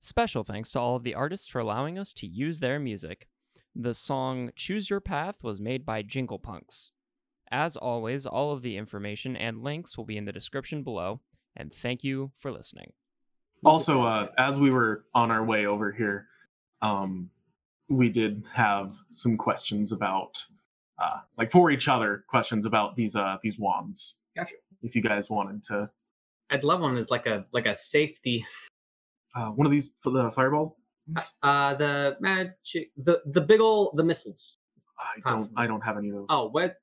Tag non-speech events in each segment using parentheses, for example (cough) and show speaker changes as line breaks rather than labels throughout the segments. Special thanks to all of the artists for allowing us to use their music. The song Choose Your Path was made by Jingle Punks. As always, all of the information and links will be in the description below, and thank you for listening.
Also, uh, as we were on our way over here, um, we did have some questions about, uh, like for each other, questions about these uh, these wands.
Gotcha.
If you guys wanted to,
I'd love one as like a like a safety.
uh, one of these for the fireball.
Uh, the magic, the the big ol' the missiles.
I don't.
Possibly.
I don't have any of those.
Oh, what?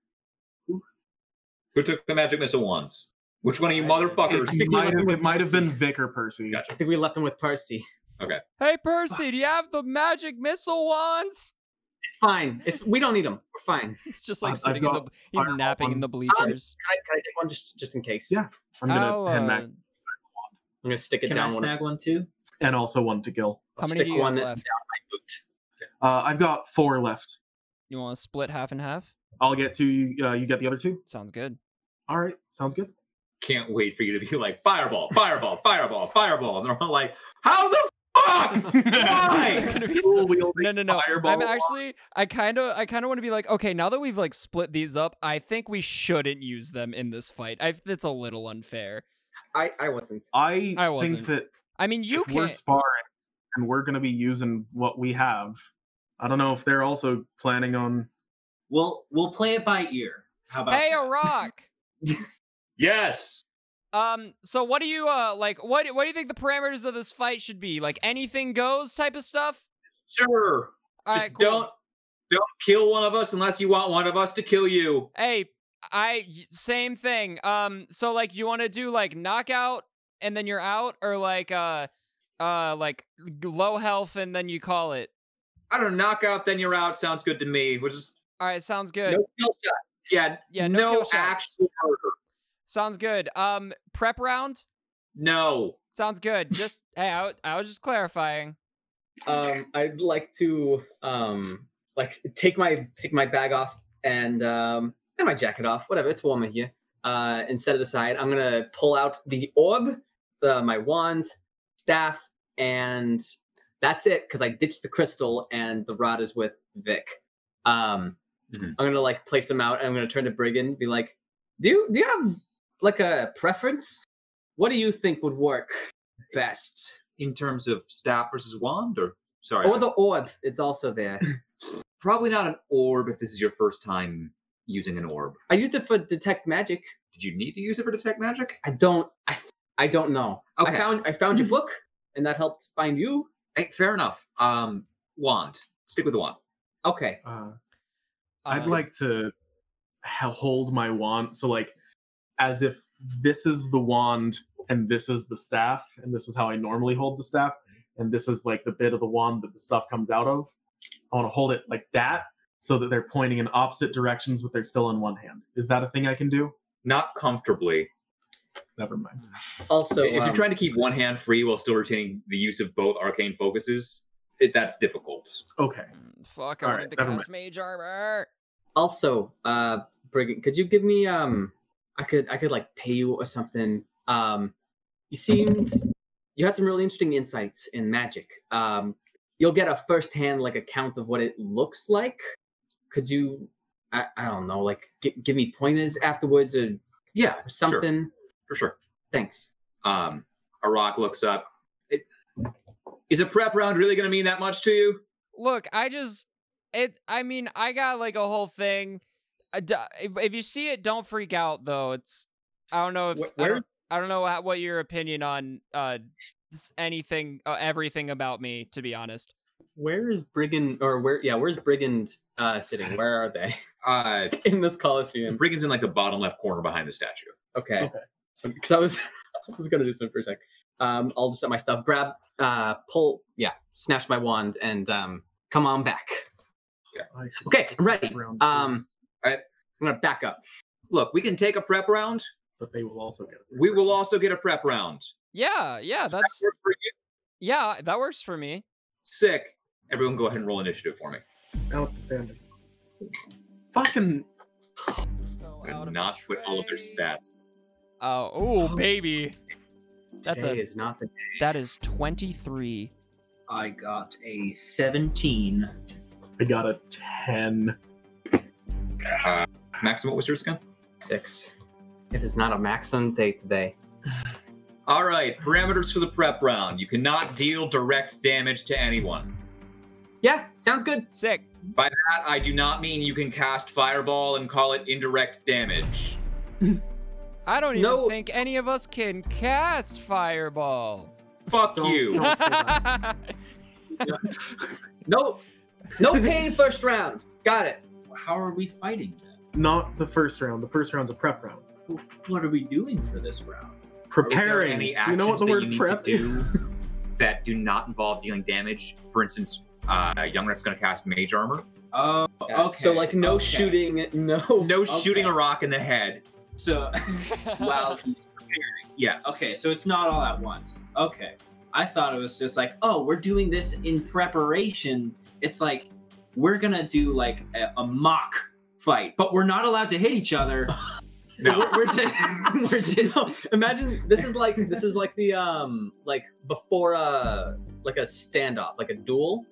Who took the magic missile once? Which one of you
I-
motherfuckers?
I think we
it might
left
have,
with
it might have
Percy.
been Vicar Percy.
Gotcha.
I think we left them with Percy.
Hey, Percy, do you have the magic missile wands?
It's fine. It's we don't need them. We're fine.
It's just
I-
like
I've
sitting in
got
the. He's
fireball
napping in
on-
the bleachers.
Can I, can I take one just just in case?
Yeah. I'm gonna
I'll,
hand
uh,
Max
I'm gonna stick it
Can I
down one
snag one too?
uh,
and also one to Gil.
How
I'll
many
stick
do you have
one-
left?
Uh, I've got four left.
You want to split half and half?
I'll get to you. Uh, you get the other two.
Sounds good.
All right, sounds good.
Can't wait for you to be like fireball, fireball, fireball, fireball, and they're all like, "How the
(laughs)
fuck?
You're
Why?"
gonna be so-
Dual wielding
no, no, no. I'm
fireball
actually, I kind of, I kind of want to be like, okay, now that we've like split these up, I think we shouldn't use them in this fight. I that's a little unfair.
I I wasn't.
I,
I wasn't.
think that
I mean, you
if we're
can.
sparring and we're going to be using what we have, I don't know if they're also planning on.
We'll we'll play it by ear. How about
Hey, a
that?
rock.
yes.
Um. So, what do you uh like? What What do you think the parameters of this fight should be? Like anything goes type of stuff.
Sure.
All
Just
right, cool.
don't don't kill one of us unless you want one of us to kill you.
Hey, I y- same thing. Um. So, like, you want to do like knockout and then you're out, or like uh, uh, like g- low health and then you call it.
I don't know, knockout, then you're out. Sounds good to me. Which is
All right. Sounds
no
good.
kill shots. Yeah.
Yeah, no kill shots.
actual murder.
Sounds good. Um, prep round
No.
sounds
(laughs)
good. Just hey, I, w- I was just clarifying.
Um, I'd like to um like take my take my bag off and um and my jacket off. Whatever. It's warm in here. Uh, and set it aside. I'm gonna pull out the orb, the, my wand, staff, and that's it. Because I ditched the crystal and the rod is with Vic. Um,
Mhm.
I'm gonna like place them out. And I'm gonna turn to Brigand and be like, "Do you do you have like a preference? What do you think would work best?"
In terms of staff versus wand, or sorry,
Or the orb. It's also there.
probably not an orb if this is your first time using an orb.
I used it for detect magic.
Did you need to use it for detect magic?
I don't. I I don't know. I
Okay.
found I found
(laughs)
your book, and that helped find you.
Hey, fair enough. Um, wand. Stick with the wand.
Okay.
Uh, I'd
Um,
like to ha- hold my wand. So, like, as if this is the wand and this is the staff, and this is how I normally hold the staff, and this is like the bit of the wand that the stuff comes out of. I want to hold it like that so that they're pointing in opposite directions, but they're still in one hand. Is that a thing I can do?
Not comfortably.
Never mind.
Also,
if you're
um,
trying to keep one hand free while still retaining the use of both arcane focuses, it, that's difficult.
Okay.
mm, Fuck, I
All
wanted
right,
to
never
cast mage armor.
also, uh, Brigand, could you give me um, I could I could like pay you or something. Um, you seemed you had some really interesting insights in magic. Um, you'll get a firsthand like account of what it looks like. Could you? I, I don't know. Like, gi- give me pointers afterwards or
Yeah,
or
sure,
something.
for sure.
Thanks.
Um, Arak looks up. It, is a prep round really going to mean that much to you?
Look, I just it. I mean, I got like a whole thing. I d- If if you see it, don't freak out though. It's I don't know if
Wh-
I,
where-
don't, I don't know how, what your opinion on uh s- anything uh, everything about me to be honest.
Where is Brigand or where yeah, where's Brigand uh sitting? Where are they? (laughs)
Uh,
In this Coliseum.
Brigand's in like the bottom left corner behind the statue.
Okay.
Okay.
Because I was (laughs) I was gonna do something for a sec. Um I'll just set my stuff, grab uh pull yeah, snatch my wand and um come on back.
I-
Okay, I'm ready.
Round two,
Um
Alright.
I'm gonna back up.
Look, we can take a prep round.
but they will also get. a
We
reroll.
will also get a prep round.
Yeah, yeah,
Does that
that's
work for you?
yeah, that works for me.
Sick. Everyone, go ahead and roll initiative for me.
Outstanding. Fucking
So
I
out
did
of
not put all of their
trade.
stats.
Oh, ooh, Uh, baby. That's
Today
a-
is not the
That is 23
I got a 17.
I got a 10.
Uh, Maxim, what was yours again?
Six. It is not a Maxim day today.
All right, parameters for the prep round. You cannot deal direct damage to anyone.
Yeah, sounds good.
Sick.
That I do not mean you can cast fireball and call it indirect damage.
I don't even
No.
think any of us can cast fireball.
Fuck
Don't-
you.
don't-
No, no pain first round. Got it.
How are we fighting them?
(laughs) Not the first round. The first round's a prep round.
Wh- What are we doing for this round?
Are there
Preparing.
any
do you know what
actions
the
that
word
you need
prep
to
is?
do (laughs) that do not involve dealing damage? For instance, uh, Young Rep's going to cast Mage Armor.
Oh, okay.
So like no
okay.
shooting, no. (laughs)
No
Okay.
shooting a rock in the head.
So, wow.
Yes.
Okay, so it's not all at once. Okay. I thought it was just like, oh, we're doing this in preparation. It's like, we're going to do like a, a mock fight, but we're not allowed to hit each other.
No.
We're, we're just, (laughs) we're just
No, imagine this is like this is like the um like before uh like a standoff, like a duel.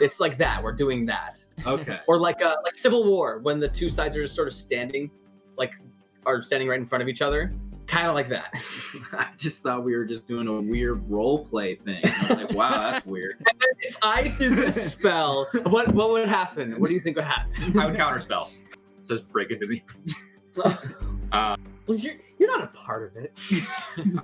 It's like that. We're doing that,
okay.
or like uh like Civil War when the two sides are just sort of standing, like are standing right in front of each other, kind of like that. (laughs)
I just thought we were just doing a weird role play thing. I was like, wow, that's weird.
If I did (laughs) this spell, what what would happen? What do you think would happen?
I would counterspell.
(laughs)
It says break into me.
well, you're you're not a part of it.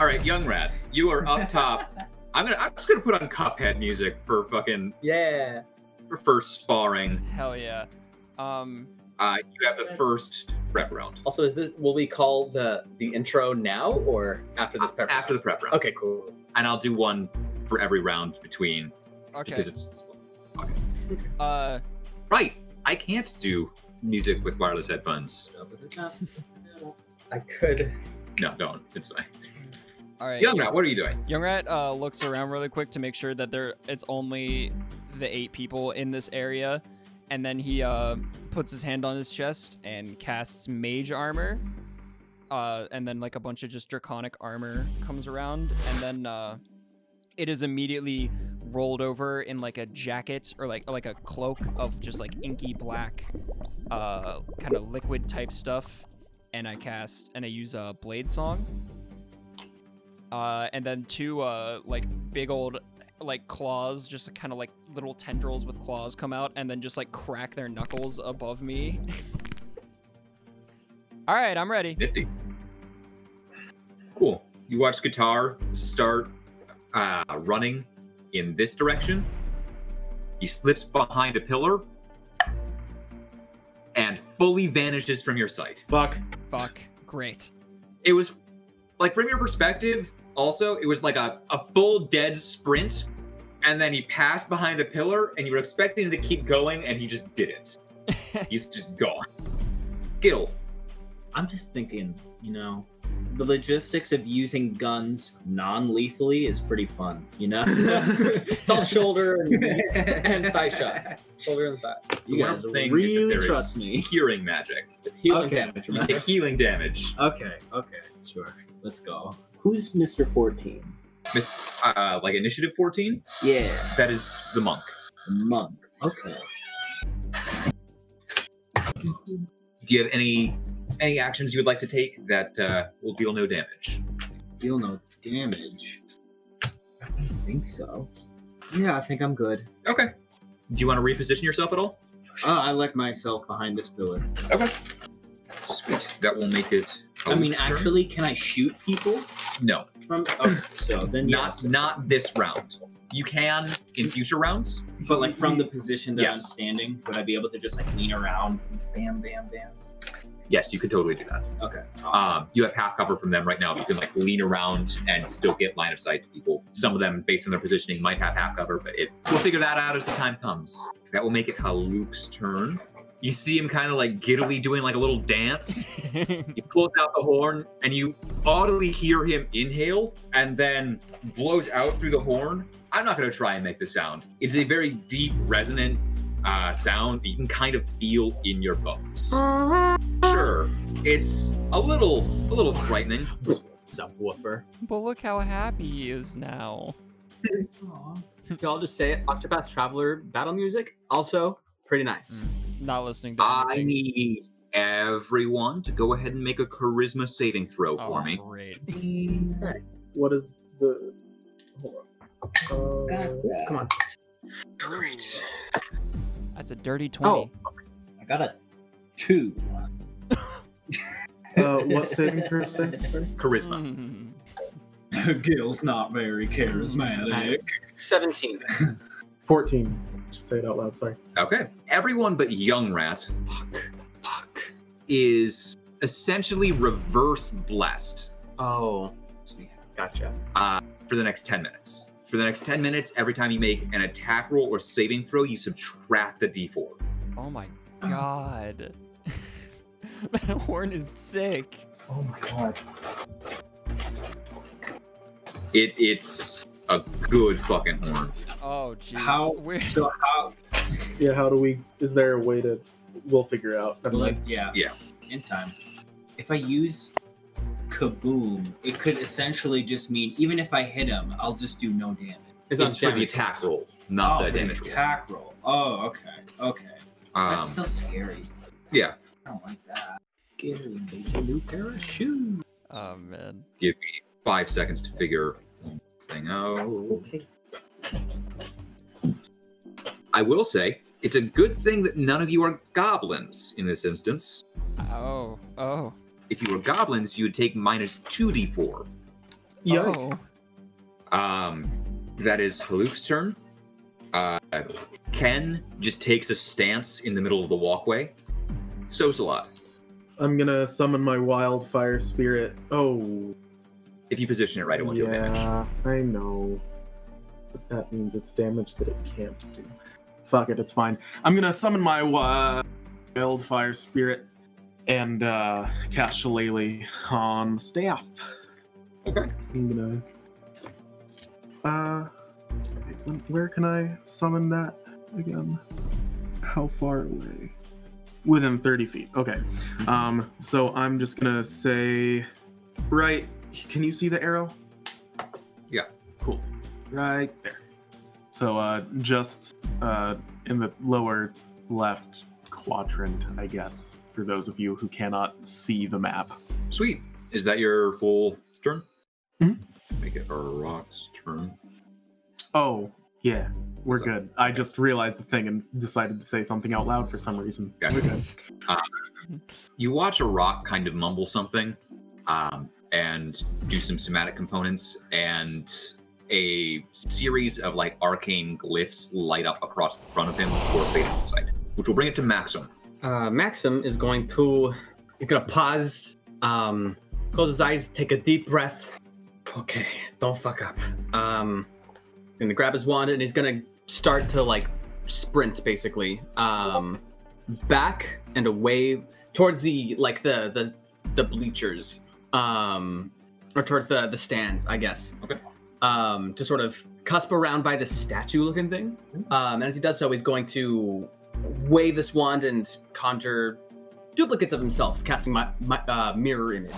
All right, Young Rat, you are up top. I'm gonna. I'm just gonna put on Cuphead music for fucking
Yeah.
for first sparring.
Hell yeah. Um,
Uh, you have the first prep round.
Also, is this will we call the the intro now or after this pepper?
After the prep round.
Okay, (laughs) cool.
And I'll do one for every round between
okay.
because it's
Uh,
right. I can't do music with wireless headphones.
I could.
No, don't. It's fine.
all right.
Young Rat, what are you doing?
Young Rat uh, looks around really quick to make sure that there it's only the eight people in this area, and then he uh, puts his hand on his chest and casts Mage Armor, uh, and then like a bunch of just Draconic armor comes around, and then uh, it is immediately rolled over in like a jacket or like like a cloak of just like inky black, uh, kind of liquid type stuff, and I cast and I use a Blade Song uh, and then two uh, like big old like claws, just kind of like little tendrils with claws come out, and then just like crack their knuckles above me. (laughs) All right, I'm ready.
Nifty. Cool. You watch guitar start uh, running in this direction. He slips behind a pillar and fully vanishes from your sight.
Fuck.
Fuck. Great.
It was like from your perspective, also, it was like a, a full dead sprint. And then he passed behind the pillar, and you were expecting him to keep going, and he just didn't. He's just gone. Gil,
I'm just thinking, you know, the logistics of using guns non-lethally is pretty fun, you know?
(laughs) it's all shoulder and, and thigh shots. Shoulder and thigh.
You
one
guys
thing
really
is that there
trust
is
(laughs) me.
curing magic.
Healing
Okay.
damage.
You
remember?
take healing damage.
Okay, okay, sure. Let's go. Who's Mr. 14?
Miss, uh, like initiative 14,
Yeah,
that is the monk.
the monk. Okay.
Do you have any any actions you would like to take that uh, will deal no damage?
Deal no damage. I don't think so. Yeah, I think I'm good.
Okay. Do you want to reposition yourself at all?
Oh, I left myself behind this pillar.
Sweet. That will make it. a
I mean,
week's turn.
actually, can I shoot people
no,
from? Okay, so then
not
yes.
not this round. You can in future rounds.
But like from the position that I'm
Yes.
standing, would I be able to just like lean around? Bam, bam, bam.
Yes, you could totally do that.
Okay. Awesome.
Um, you have half cover from them right now. You can like lean around and still get line of sight to people. Some of them, based on their positioning, might have half cover, but it, we'll figure that out as the time comes. That will make it Haluk's turn. You see him kind of like giddily doing like a little dance. He pulls out the horn, and you audibly hear him inhale, and then blows out through the horn. I'm not going to try and make the sound. It's a very deep, resonant uh, sound that you can kind of feel in your bones. Sure, it's a little, a little frightening.
but look how happy he is now.
I'll just say it. Octopath Traveler battle music also pretty nice.
Not listening to
Ah, I
anything.
need everyone to go ahead and make a charisma saving throw
oh,
for me.
Great.
What is the? Hold on. Uh,
Come on.
Great.
That's a dirty
Oh,
20.
I got a two.
uh, what saving throw? Say? Sorry.
Charisma.
Mm.
(laughs) Gil's not very charismatic.
Seventeen.
Fourteen. I should say it out loud. Sorry.
Okay. Everyone but Young Rat fuck, fuck, is essentially reverse blessed.
Oh, gotcha.
uh, for the next 10 minutes. For the next 10 minutes, every time you make an attack roll or saving throw, you subtract a d4.
Oh my god. (laughs) that horn is sick.
Oh my god.
It, it's a good fucking horn.
Oh jeez.
How-
Where-
So how?
Yeah. How do we? Is there a way to? We'll figure out. Never
Like,
mind.
yeah.
Yeah.
In time. If I use kaboom, it could essentially just mean even if I hit him, I'll just do no damage.
It's,
It's for the
damage.
attack roll, not
oh,
the
for
damage
the
roll.
attack roll. Oh, okay. Okay.
Um,
That's still scary.
yeah.
I don't like that. Scary needs a new pair of shoes.
(laughs) oh man.
Give me five seconds to figure this thing out. Okay. I will say, it's a good thing that none of you are goblins in this instance.
Oh. Oh.
If you were goblins, you would take minus 2d4
Yeah.
Oh.
Um, that is Haluk's turn. Uh, Ken just takes a stance in the middle of the walkway. So's a lot.
I'm gonna summon my wildfire spirit. Oh.
If you position it right, it won't do damage.
yeah. I know. But that means it's damage that it can't do. Fuck it. It's fine. I'm gonna summon my wi- wildfire spirit and uh, cast Shillelagh on staff.
Okay.
I'm gonna. Uh, where can I summon that again? How far away? Within 30 feet. Okay. Um, so I'm just gonna say, right. Can you see the arrow?
Yeah.
Cool. Right there. So uh, just uh, in the lower left quadrant, I guess, for those of you who cannot see the map.
Sweet. Is that your full turn?
Mhm.
Make it a rock's turn.
Oh, yeah. We're
So-
good. I just realized the thing and decided to say something out loud for some reason.
Yeah.
We're good.
You watch a rock kind of mumble something, um, and do some somatic components, and a series of like arcane glyphs light up across the front of him for fatal sight, which will bring it to Maxim.
Uh, Maxim is going to he's gonna pause, um, close his eyes, take a deep breath. Okay, don't fuck up. Um, gonna grab his wand and he's gonna start to like sprint basically, um, back and away towards the like the the the bleachers, um, or towards the the stands, I guess.
Okay.
Um, to sort of cusp around by this statue-looking thing, um, and as he does so, he's going to wave this wand and conjure duplicates of himself, casting my, my uh, mirror image.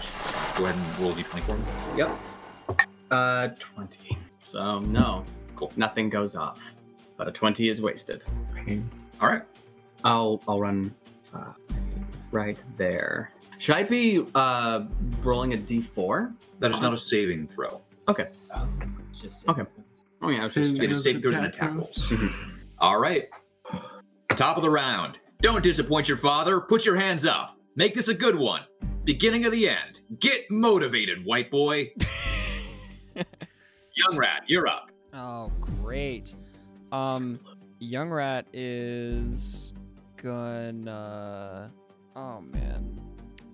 Go ahead and roll d24.
Yep. Uh, 20. So, no.
Cool.
Nothing goes off. But a 20 is wasted.
All right.
I'll, I'll run uh, right there. Should I be uh, rolling a d4?
That is not a saving throw.
Um, it's just
Okay. Oh, yeah. I was just
Same.
It is saving throws and attack rolls. Mm-hmm. All right. Top of the round. Don't disappoint your father. Put your hands up. Make this a good one. Beginning of the end. Get motivated, white boy. Young rat, you're up.
Oh great. Um Young Rat is gonna Oh man.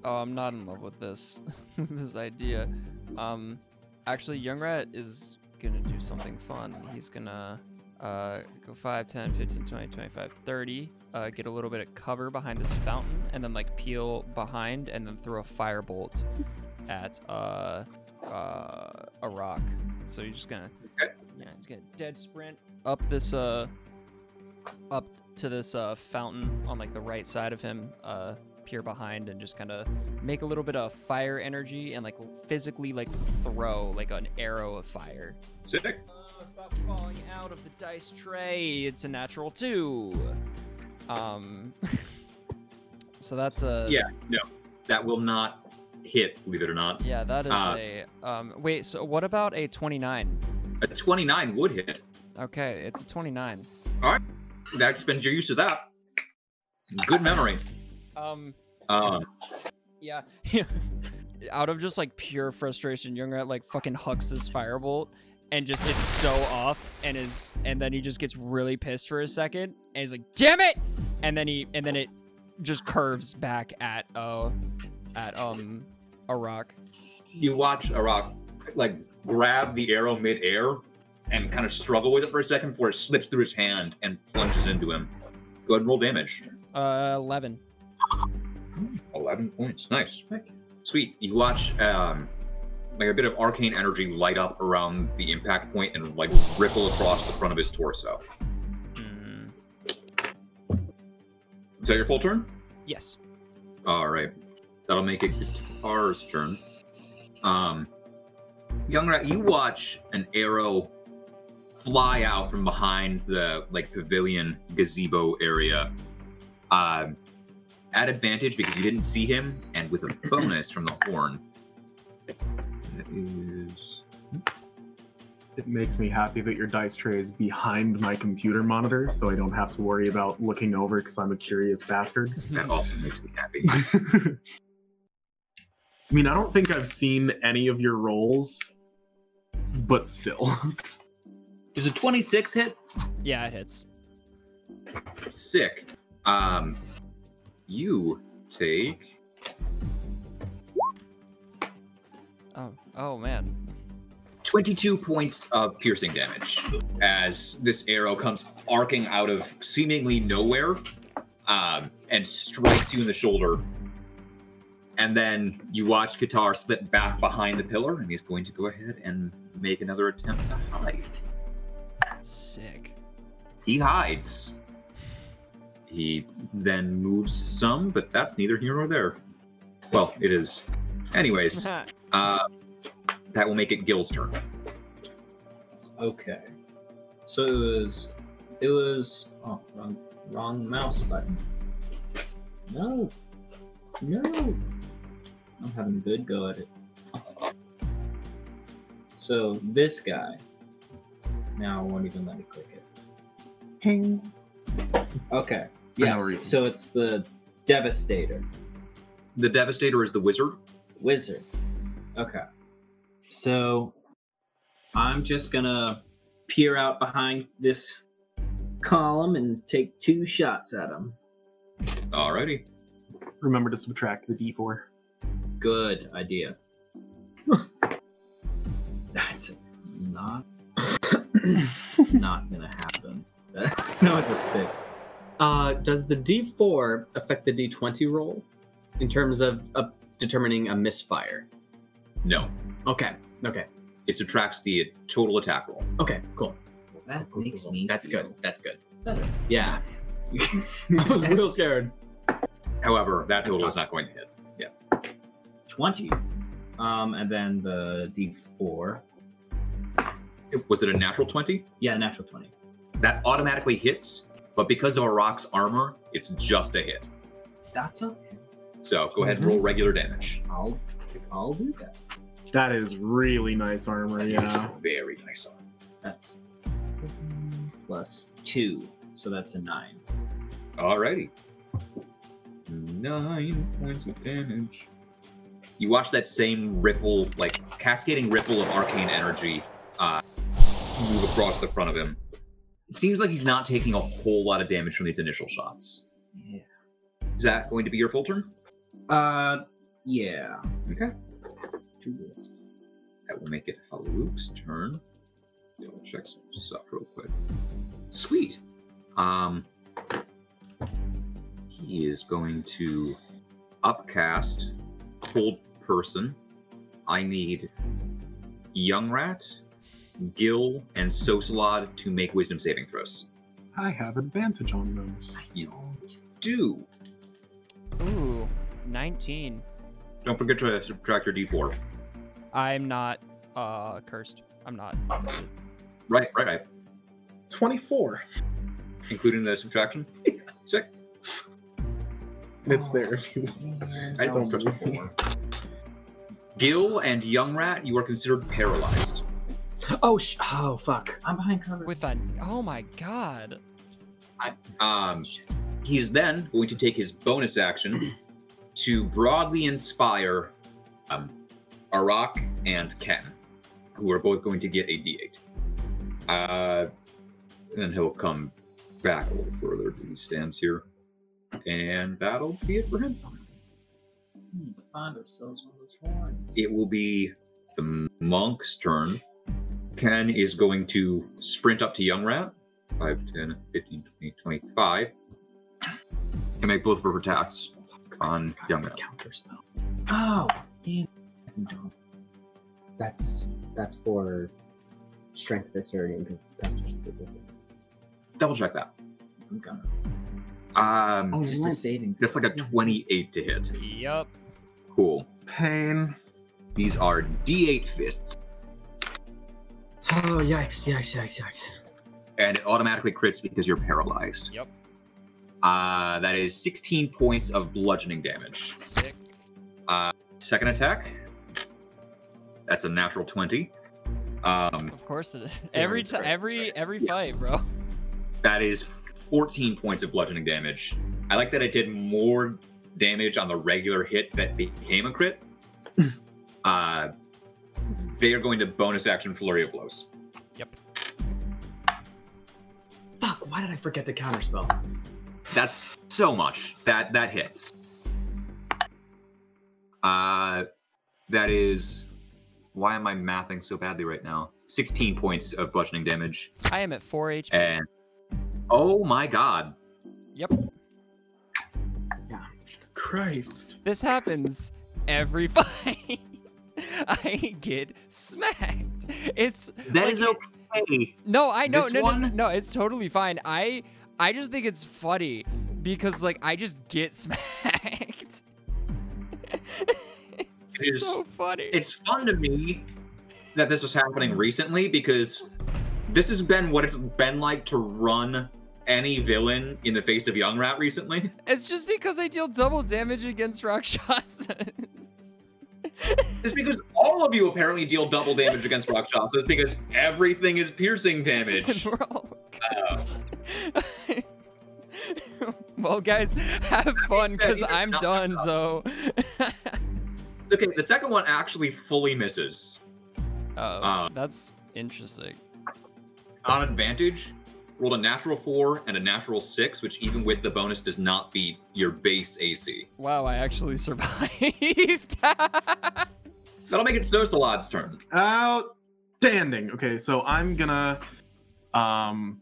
Oh I'm not in love with this (laughs) with this idea. Um actually Young Rat is gonna do something fun. He's gonna uh, go 5, 10, 15, 20, 25, 30. Uh, get a little bit of cover behind this fountain and then like peel behind and then throw a firebolt at uh, uh, a rock. So you're just gonna yeah, he's gonna dead sprint up this uh up to this uh fountain on like the right side of him, uh peer behind and just kind of make a little bit of fire energy and like physically like throw like an arrow of fire.
Sick.
gotta stop falling out of the dice tray. It's a natural two. Um, (laughs) so that's a
Yeah. That will not hit, believe it or not.
yeah, that is
Uh,
a um. Wait, so what about a twenty-nine?
A 29 would hit.
Okay, it's a twenty-nine.
That spends your use of that. Good memory.
Um,
Um,
Yeah. (laughs) Out of just like pure frustration, Youngrat like fucking hucks this firebolt and just it's so off and is and then he just gets really pissed for a second and he's like, damn it! And then he and then it just curves back at uh at um a rock.
you watch Arak like grab the arrow midair and kind of struggle with it for a second before it slips through his hand and plunges into him. Go ahead and roll damage.
Uh eleven.
11 points. Nice. Sweet. You watch um, like a bit of arcane energy light up around the impact point and like ripple across the front of his torso.
Mm-hmm.
Is that your full turn?
Yes.
All right. That'll make it Guitar's turn. Um, Young Rat, you watch an arrow fly out from behind the like pavilion gazebo area. Um, at advantage because you didn't see him, and with a bonus from the horn. That is
It makes me happy that your dice tray is behind my computer monitor, so I don't have to worry about looking over because I'm a curious bastard.
that also makes me happy.
(laughs) I mean, I don't think I've seen any of your rolls, but still. (laughs)
Is a twenty-six hit?
Yeah, it hits.
Sick. Um, you take
Oh oh man.
22 points of piercing damage as this arrow comes arcing out of seemingly nowhere um, and strikes you in the shoulder. And then you watch Qatar slip back behind the pillar, and he's going to go ahead and make another attempt to hide.
(laughs) Sick.
He hides. He then moves some, but that's neither here nor there. Well, it is.
(laughs)
Anyways, uh, that will make it Gil's turn.
Okay. So it was. It was. Oh, wrong, wrong mouse button. No. No. I'm having a good go at it. So this guy. Now I won't even let me click it. Ping. Okay.
For no
Yes.
reason.
so it's the Devastator.
The Devastator is the wizard.
Wizard. Okay. So I'm just gonna peer out behind this column and take two shots at him.
Alrighty.
Remember to subtract the d4.
Good idea. That's not
(laughs)
not gonna happen. (laughs) That, that was a six.
Uh, does the D4 affect the D20 roll in terms of, of determining a misfire?
No.
Okay, okay,
It subtracts the total attack roll.
okay, cool.
That makes me.
That's good. That's good.
Better.
Yeah,
(laughs)
I
(laughs)
was real scared.
However, that total is not going to hit.
20. Um, and then the D4.
It- Was it a natural 20?
Yeah, natural 20.
That automatically hits, but because of Arak's armor, it's just a hit.
That's okay.
So go ahead and roll regular damage.
I'll I'll do that.
That is really nice armor, yeah.
Very nice armor.
That's plus two, so that's a nine.
Alrighty. Nine points of damage. You watch that same ripple, like cascading ripple of arcane energy, uh, move across the front of him. It seems like he's not taking a whole lot of damage from these initial shots.
Yeah.
Is that going to be your full turn?
Uh, yeah.
Okay.
Two rolls.
That will make it Haluk's turn. Double check some stuff real quick. Sweet. Um, he is going to upcast cold person. I need young rat, Gil, and Sosalod to make wisdom saving throws.
I have advantage on those.
You do.
Ooh, nineteen.
Don't forget to subtract your d4.
(laughs) I'm not uh cursed. I'm not.
Right, right eye,
24.
including the subtraction. (laughs) Sick.
And it's there if you
I don't
Don't
touch the
believe
floor. Gil and Young Rat, you are considered paralyzed.
Oh, sh- oh, fuck.
I'm behind cover.
With a oh my god.
Um, he is then going to take his bonus action (clears throat) to broadly inspire um, Arak and Ken, who are both going to get a D8. Uh, and he'll come back a little further to these stands here. And that'll be it for him.
Hmm, find ourselves one of those horns.
It will be the monk's turn. Ken is going to sprint up to Young Rat. 5, 10, 15, 20, 25. And make both of her attacks on Young Rat.
Oh, damn.
That's that's for strength, dexterity, and constitution.
Double check that.
I'm gonna.
Um,
Oh,
Just a saving.
that's like a 28 to hit.
Yup.
Cool.
pain.
These are D8 fists,
Oh, yikes, yikes, yikes, yikes.
and it automatically crits because you're paralyzed.
Yep.
Uh, that is 16 points of bludgeoning damage.
Sick.
Second attack. That's a natural 20. Um,
Of course it
(laughs)
is. Every
that's
time,
right,
every
that's
every
Yeah.
fight, bro.
That is 14 points of bludgeoning damage. I like that it did more damage on the regular hit that became
(laughs)
a crit. uh, they are going to bonus action flurry of blows.
Fuck, why did I forget to counterspell?
That's so much. That that hits. Uh, that is. Why am I mathing so badly right now? 16 points of bludgeoning damage,
I am at four HP.
and oh my god,
Yep.
Christ.
This happens every (laughs) fight. I get smacked. It's
that is
Like,
okay.
no, I know,
This
no, no, no,
one-
no, it's totally fine. I I just think it's funny because like I just get (laughs) smacked. (laughs) it's
It is-
so funny.
it's fun to me that this was happening recently because this has been what it's been like to run any villain in the face of Young Rat recently.
It's just because I deal double damage against (laughs) Rakshasas.
It's because all of you apparently deal double damage against Rakshasas because everything is
(laughs)
piercing damage.
We're all. um, (laughs) well, guys, have fun because
either
I'm
not-
done. So,
Okay, the second one actually fully misses.
oh,
Um.
that's interesting.
On advantage, rolled a natural four and a natural six, which even with the bonus does not beat your base AC.
Wow, I actually (laughs) survived.
That'll make it Stosalad's turn.
Outstanding. Okay, so I'm gonna um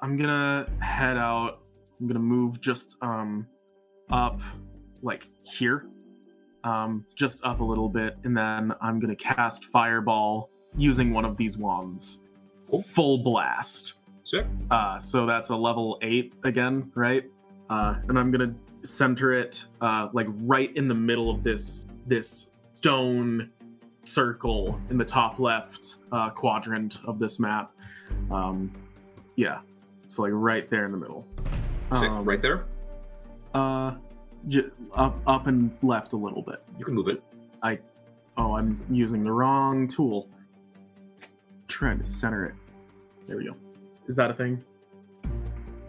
I'm gonna head out. I'm gonna move just um up like here. Um just up a little bit, and then I'm gonna cast fireball using one of these wands.
Cool.
Full blast.
Sick.
Uh, so that's a level eight again, right? Uh, and I'm gonna center it uh, like right in the middle of this this stone circle in the top left uh, quadrant of this map. Um, yeah, so like right there in the middle.
Sick,
Um,
right there.
Uh, j- up up and left a little bit.
You can move it.
Oh, I'm using the wrong tool. Trying to center it. There we go. Is that a thing?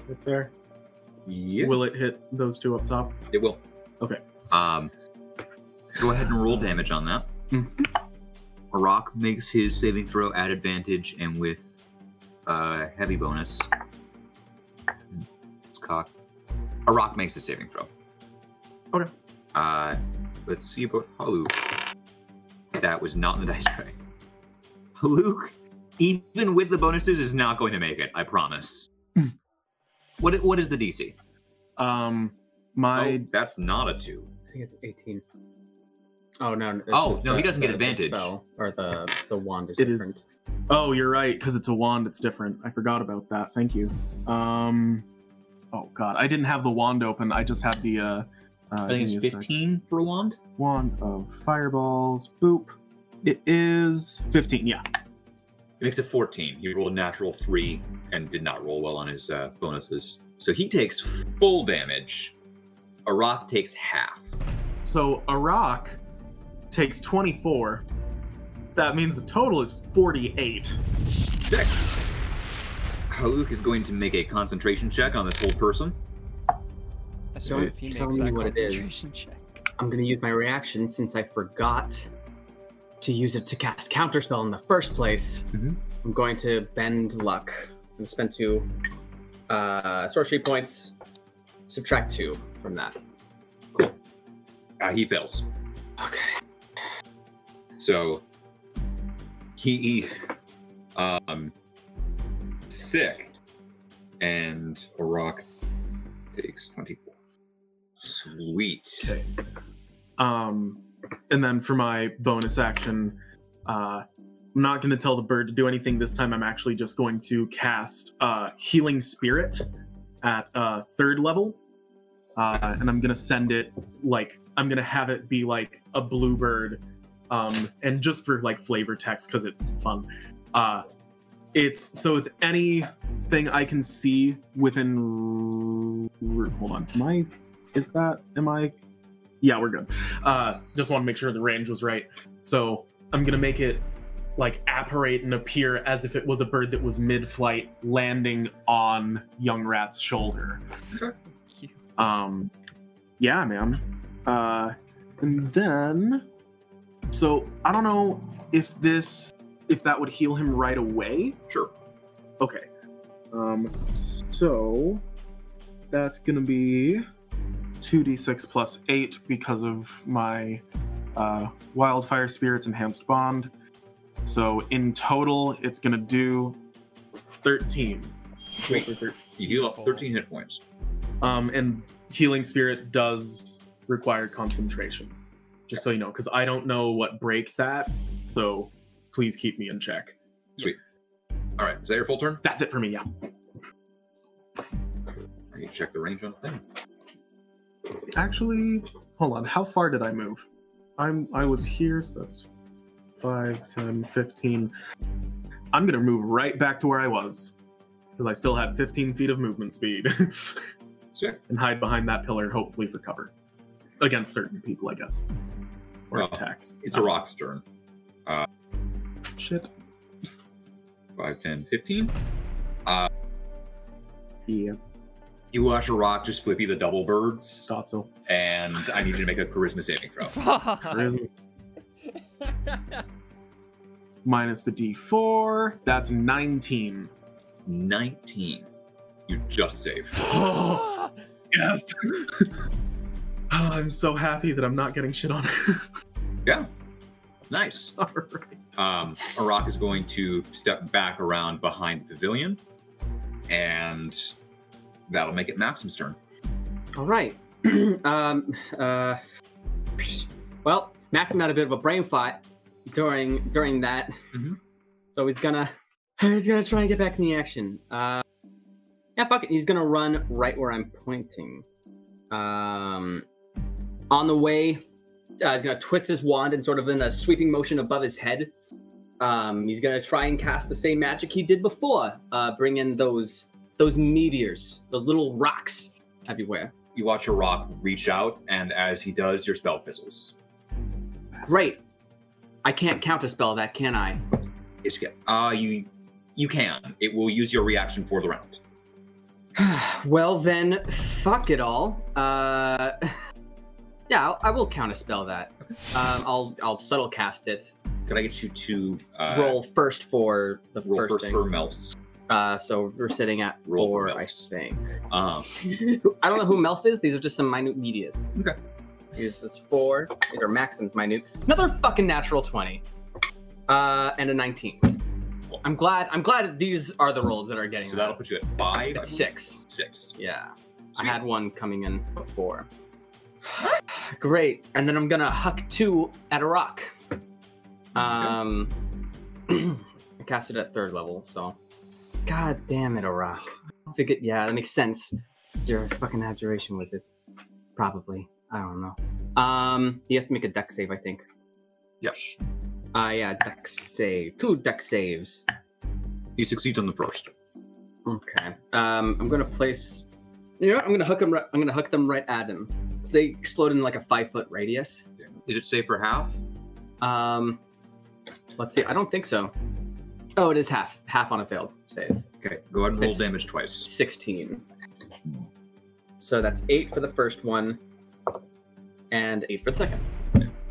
Right there.
Yeah.
Will it hit those two up top?
It will.
Okay.
Um, go ahead and roll damage on that.
Hmm.
Rock makes his saving throw at advantage and with uh, heavy bonus. It's cocked. Rock makes a saving throw.
Okay.
Uh, let's see about Haluk. That was not in the (laughs) dice tray. Haluk, even with the bonuses, is not going to make it. I promise.
Hmm.
what What is the DC?
Um, my
oh, that's not a two.
I think it's 18. Oh no! no,
Oh,
it's
no, he doesn't get advantage.
The spell or the the wand is
It is-
different.
oh, you're right because it's a wand. It's different. I forgot about that. Thank you. Um, oh god, I didn't have the wand open. I just had the uh, uh
I
give
think
me a
it's
sec.
15 for a wand.
wand of fireballs. Boop. It is fifteen. Yeah.
He makes a 14. He rolled a natural three and did not roll well on his uh, bonuses. So he takes full damage. Arak takes half.
So Arak takes 24. That means the total is 48.
Six. Haluk is going to make a concentration check on this whole person.
Assume if he
tell
makes
me
that
what it is.
concentration check.
I'm gonna use my reaction since I forgot to use it to cast counterspell in the first place.
Mhm.
I'm going to bend luck. I'm gonna spend two uh, sorcery points, subtract two from that.
Uh, he fails.
Okay.
So he um sick and Arak takes 24. Sweet.
Okay. Um, and then for my bonus action, uh, I'm not going to tell the bird to do anything this time. I'm actually just going to cast uh, Healing Spirit at uh, third level. Uh, and I'm going to send it, like, I'm going to have it be like a bluebird. Um, and just for like flavor text, because it's fun. Uh, it's so it's anything I can see within. r- Hold on. Am I. Is that. Am I yeah, we're good. Uh, just want to make sure the range was right. So I'm gonna make it like apparate and appear as if it was a bird that was mid-flight landing on young rat's shoulder.
Cute.
Um, yeah, man. Uh, and then, so I don't know if this if that would heal him right away.
Sure.
Okay. Um, so that's gonna be 2d6 plus 8 because of my uh, wildfire spirit's enhanced bond. So in total, it's gonna do 13. Roll for 13.
You heal up 13 hit points.
Um, and healing spirit does require concentration, just so you know, because I don't know what breaks that. So please keep me in check.
All right, is that your full turn?
That's it for me. Yeah.
I need to check the range on the thing.
Actually, hold on. How far did I move? I'm I was here, so that's 5, 10, 15. I'm gonna move right back to where I was. Because I still had 15 feet of movement speed. (laughs)
Sick.
and hide behind that pillar, hopefully for cover. Against certain people, I guess. Or
Oh,
attacks. Ah,
It's Arak's turn.
Shit.
5, 10, 15.
Yeah,
You watch Arak just flippy the double birds,
thought so.
and I need you to make a charisma saving throw.
Fuck.
Charisma Minus the d4. That's 19.
19. You just save.
Oh, (laughs) yes. Oh, I'm so happy that I'm not getting shit on. (laughs)
Nice.
All right.
Um, Arak is going to step back around behind the pavilion, and that'll make it Maxim's turn.
All right. (clears throat) um, uh, well, Maxim had a bit of a brain fight during during that,
Mhm.
so he's gonna he's gonna try and get back in the action. Uh, yeah, fuck it. He's gonna run right where I'm pointing. Um, on the way, uh, he's gonna twist his wand and sort of in a sweeping motion above his head. Um, he's gonna try and cast the same magic he did before. Uh, bring in those those meteors, those little rocks everywhere.
You watch Arak reach out, and as he does, your spell fizzles.
Great. I can't counterspell that, can I?
It's good. Uh, you you can. It will use your reaction for the round.
well then, fuck it all. Uh, (laughs) yeah, I'll, I will counterspell that. Um, I'll I'll subtle cast it.
Could I get you to uh,
roll first for the
roll
first,
first
thing.
for Melf's?
Uh, so we're sitting at
Roll for
four, I
Melfs.
think.
Um,
I don't know who Melf is. These are just some minute medias.
Okay.
This is four. These are Maxim's minute. Another fucking natural twenty, uh, and a nineteen. I'm glad. I'm glad these are the rolls that are getting.
so that'll
that.
put you at five. I
It's
believe.
six.
Six.
Yeah. I
Sweet.
had one coming in before. (sighs) Great. And then I'm gonna huck two at a rock. Um (clears throat) I cast it at third level, so. God damn it, a rock. Figure yeah, that makes sense. You're a fucking abjuration wizard. Probably. I don't know. Um you have to make a deck save, I think.
Yes.
Uh yeah, deck save. Two deck saves.
He succeeds on the first.
Okay. Um, I'm gonna place. You know what? I'm gonna hook them. Right, I'm gonna hook them right at him. So they explode in like a five foot radius.
Is it safe for half?
Um, let's see. I don't think so. Oh, it is half. Half on a failed save.
Okay, go ahead and roll
It's-
damage twice.
Sixteen. So that's eight for the first one, and eight for the second.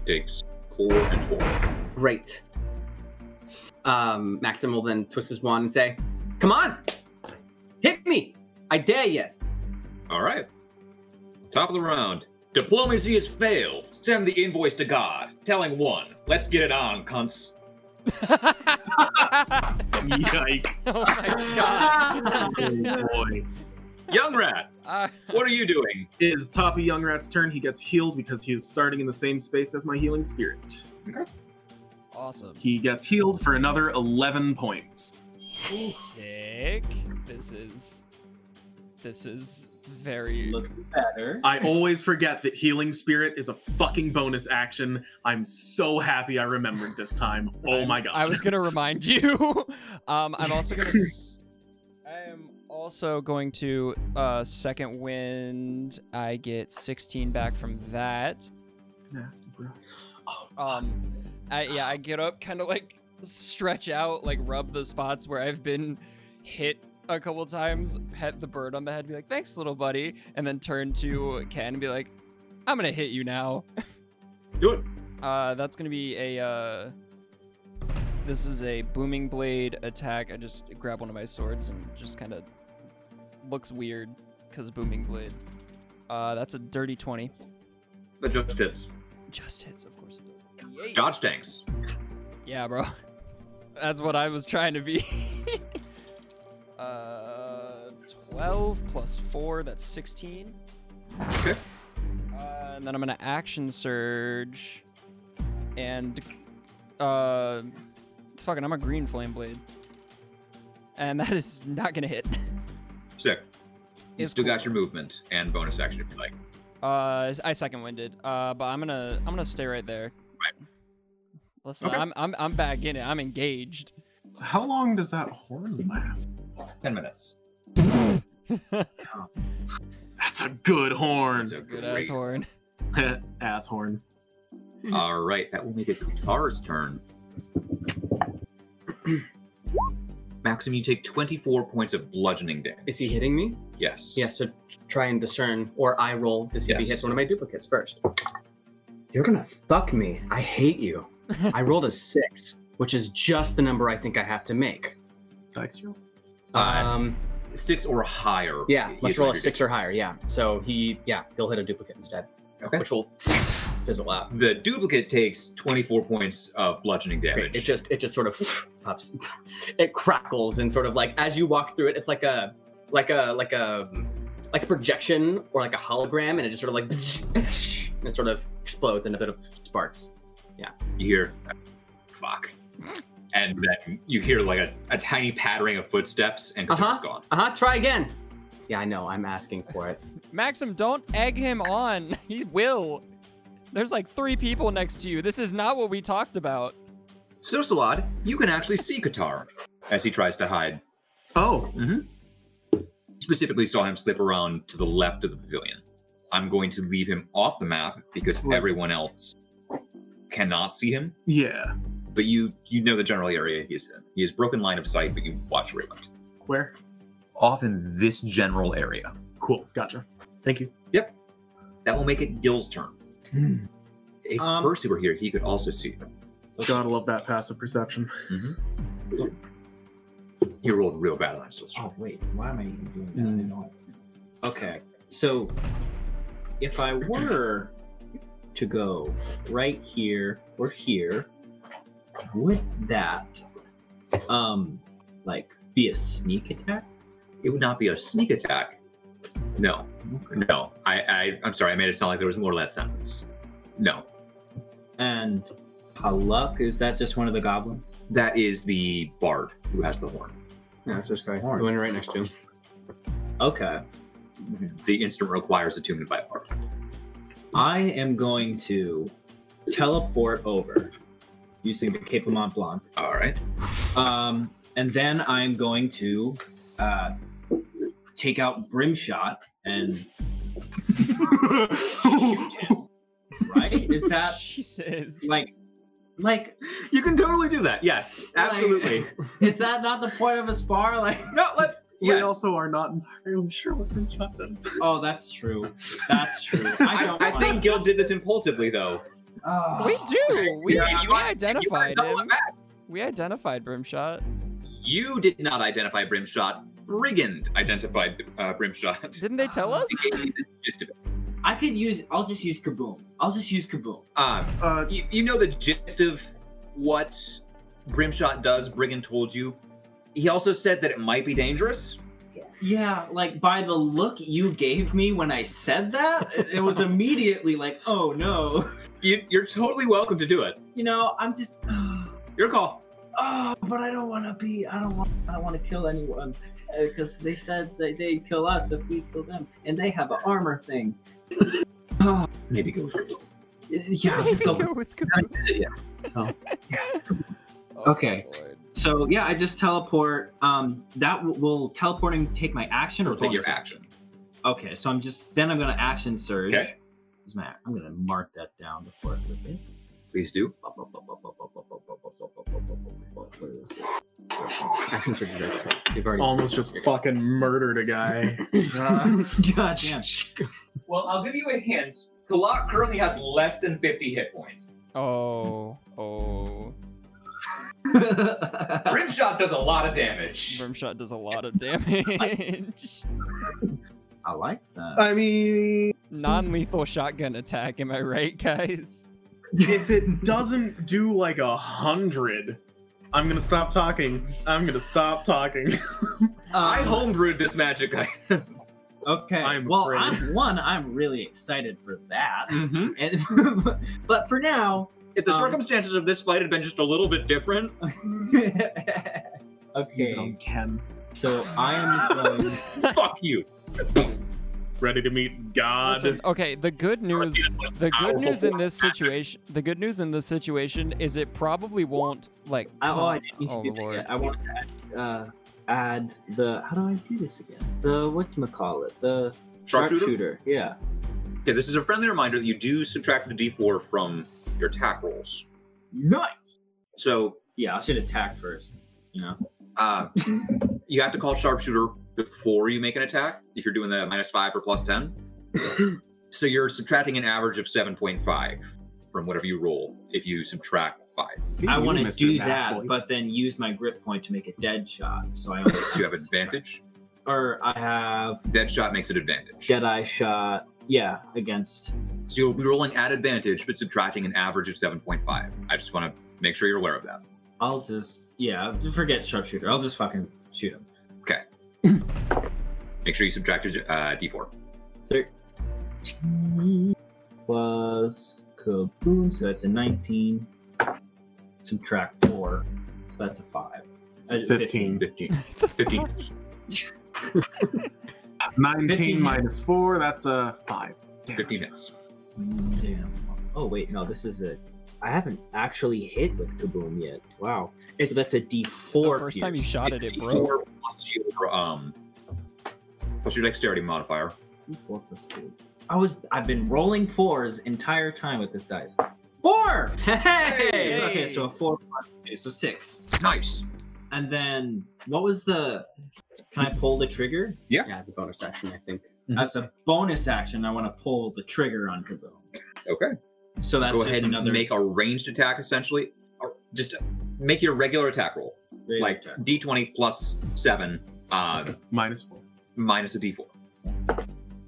Takes four and four.
Great. Um, Maxim will then twist his wand and say, "Come on, hit me! I dare you."
All right. Top of the round. Diplomacy has failed. Send the invoice to God. Telling one. Let's get it on, cunts.
(laughs) Yike.
(laughs) oh my
(laughs)
god.
Boy.
Young rat,
Uh,
what are you doing?
It is top of Young Rat's turn. He gets healed because he is starting in the same space as my healing spirit.
awesome.
He gets healed for another 11 points.
Sick. This is. This is very.
Look better.
I always forget that healing spirit is a fucking bonus action. I'm so happy I remembered this time. Oh
I'm-
my god.
I was gonna remind you. (laughs) um, I'm also gonna. s- I am also going to uh, second wind. I get 16 back from that.
Nasty, bro.
Um, I, yeah, I get up, kind of like stretch out, like rub the spots where I've been hit a couple times, pet the bird on the head, be like, "Thanks, little buddy," and then turn to Ken and be like, "I'm gonna hit you now."
(laughs) Do it.
Uh, that's gonna be a. Uh, this is a booming blade attack. I just grab one of my swords and just kind of looks weird because booming blade. Uh, that's a dirty twenty.
That just hits.
Just hits, of course. it does. Yeet.
Dodge tanks.
Yeah, bro. (laughs) That's what I was trying to be. (laughs) uh, 12 plus 4, that's 16.
Okay.
Uh, and then I'm going to action surge. And. Uh, fucking, I'm a green flame blade. And (laughs) that is not going to hit.
Sick. You
It's
still got
cool.
your movement and bonus action if you like.
Uh, I second winded. Uh, but I'm gonna I'm gonna stay right there. Right. Listen,
Okay.
I'm I'm I'm back in it. I'm engaged.
How long does that horn last?
Ten minutes.
That's a good horn.
That's a
Good ass
great.
horn.
(laughs) Ass horn.
Mm-hmm.
All right, that will make it Guitar's turn. (clears throat) Maxim, you take 24 points of bludgeoning damage.
Is he hitting me?
Yes.
Yes, so try and discern, or I roll to see if
Yes.
he hits one of my duplicates first. You're gonna fuck me. I hate you. I rolled a six, which is just the number I think I have to make.
Dice roll.
Alright.
Um,
Six or higher.
yeah,
is
let's roll a
what
six
you're
or higher.
doing.
Yeah, so he, yeah, he'll hit a duplicate instead,
Okay.
which will fizzle out.
The duplicate takes 24 points of bludgeoning damage.
Great. It just, it just sort of pops, (laughs) it crackles and sort of like as you walk through it, it's like a, like a, like a, like a projection or like a hologram, and it just sort of like, and it sort of explodes in a bit of sparks.
you hear fuck and then you hear like a, a tiny pattering of footsteps and Katar's
Uh-huh.
gone
Uh huh. Try again. Yeah, I know. I'm asking for it.
Maxim, don't egg him on. (laughs) He will. There's like three people next to you. This is not what we talked about.
Sisalad, you can actually see Qatar as he tries to hide
Oh,
specifically saw him slip around to the left of the pavilion i'm going to leave him off the map because
Right.
everyone else cannot see him
yeah.
but you you know the general area he's in he has broken line of sight but you watch where he went
Where?
off in this general area
Cool. Gotcha. Thank you.
that will make it gil's turn
Hmm.
if
Um,
percy were here he could also see him
Gotta love that passive perception.
He rolled real bad on that still.
Oh wait, why am I even doing that? I
Mm.
didn't know I- Okay, so if I were to go right here or here, would that um like be a sneak attack?
It would not be a sneak attack. No, no. I, I I'm sorry. I made it sound like there was more to that sentence. No,
And how luck is that just one of the goblins?
that is the bard who has the horn.
Yeah, it's just like
Alright.
the one right next to him.
Okay,
The instrument requires attunement by a bard.
I am going to teleport over using the Cape of Mont Blanc.
All right.
Um, and then I'm going to uh, take out Brimshot and right. Is that
Jesus.
(laughs) like like
you can totally do that. Yes, (laughs) absolutely.
is that not the point of a spar? Like
no, let.
We
Yes.
also are not entirely sure what the shot is.
oh, that's true. That's true. I
I,
don't.
I
wanna-
think Gil did this impulsively, though.
Oh.
we
(laughs)
do. We,
Yeah,
we
you are- You are
identified
double
him.
back.
We identified Brimshot.
You did not identify Brimshot. Brigand identified uh, Brimshot.
Didn't they tell
(laughs)
us?
They gave you the gist of it.
I could use. I'll just use Kaboom. I'll just use Kaboom.
Um,
Uh,
you, you know the gist of what Brimshot does. Brigand told you. He also said that it might be dangerous.
Yeah, like by the look you gave me when I said that, it it was immediately like, oh no.
You, you're totally welcome to do it.
You know, I'm just, oh,
Your call.
but I don't want to be. I don't want. I don't want to kill anyone because they said that they'd kill us if we kill them, and they have an armor thing.
Maybe go with it.
(laughs) Yeah,
(laughs)
I'll just go.
Go with (laughs)
So,
Oh,
Okay.
Lord.
so yeah, I just teleport. Um, that w- will teleporting take my action or
It'll take your
bonus
action.
Okay, so I'm just then I'm gonna action surge.
Okay.
Where's my- I'm gonna mark that down before I flip it.
Please do.
Action surge is right.
You've already.
Oh,
almost just fucking murdered a guy.
God damn.
Well, I'll give you a hint. Kalak currently has less than 50 hit points. (laughs)
Oh, oh.
Brimshot does a lot of damage.
Brimshot does a lot
(laughs)
of damage.
I like that.
(laughs) I mean,
Non lethal shotgun attack, am I right, guys?
if it doesn't do like a hundred, I'm gonna stop talking. I'm gonna stop talking. (laughs)
I homebrewed this magic (laughs) item.
Okay.
I'm
well,
afraid. Mm.
I'm one. I'm really excited for that.
Mhm.
(laughs) And, (laughs) but for now,
If the
Um,
circumstances of this fight had been just a little bit (laughs) different,
Use it on
okay.
Ken.
So I am
(laughs)
going.
fuck you.
Ready to meet God.
Listen, okay, the good news the good
powerful
news in this
magic.
situation the good news in this situation is it probably won't like
I, oh, I
con-
didn't mean to
oh,
do that
Lord.
yet. I wanted to add, uh, add the. How do I do this again? The what call it? The
Sharpshooter.
sharpshooter. Yeah.
Okay, this is a friendly reminder that you do subtract the d4 from your attack rolls.
Nice.
So
Yeah, I should attack first. You know.
(laughs) uh, you have to call sharpshooter before you make an attack if you're doing the minus five or plus (laughs) ten. so you're subtracting an average of seven point five from whatever you roll if you subtract five.
I
You,
want to
Mr.
do
Math
that,
Boy.
but then use my grip point to make a dead shot. So I only
Do you have advantage?
or I have
Dead shot makes it advantage.
Jedi shot. Yeah, against.
So you'll be rolling at advantage, but subtracting an average of seven point five. I just want to make sure you're aware of that.
I'll just yeah, forget sharpshooter. I'll just fucking shoot him.
Make sure you subtract your uh,
(laughs)
d4.
Thirteen plus kaboom, so that's a nineteen. Subtract four, so that's a five. Uh,
15.
Fifteen.
(laughs) It's a
Fifteen.
fuck.
19
15.
minus 4, that's a 5. Damn it.
Fifteen hits.
Damn.
Oh wait, no, this is a. I haven't actually hit with Kaboom yet. Wow.
It's
so that's a D
The
four.
first time you shot it, it
(laughs)
broke.
d4 plus your um plus your dexterity modifier.
Four plus two. I was I've been rolling fours entire time with this dice. Four.
Hey!
It's Okay, so a four plus two, so six.
Nice.
And then what was the? Can I pull the trigger?
Yeah, it's a bonus action, I think.
Mm-hmm.
As a bonus action, I want to pull the trigger on Kaboom.
Okay.
So that's
go
just
ahead and
another
make a ranged attack essentially or just make your regular attack roll
rate
like
attack.
d20 plus 7 um,
Minus 4.
minus a d4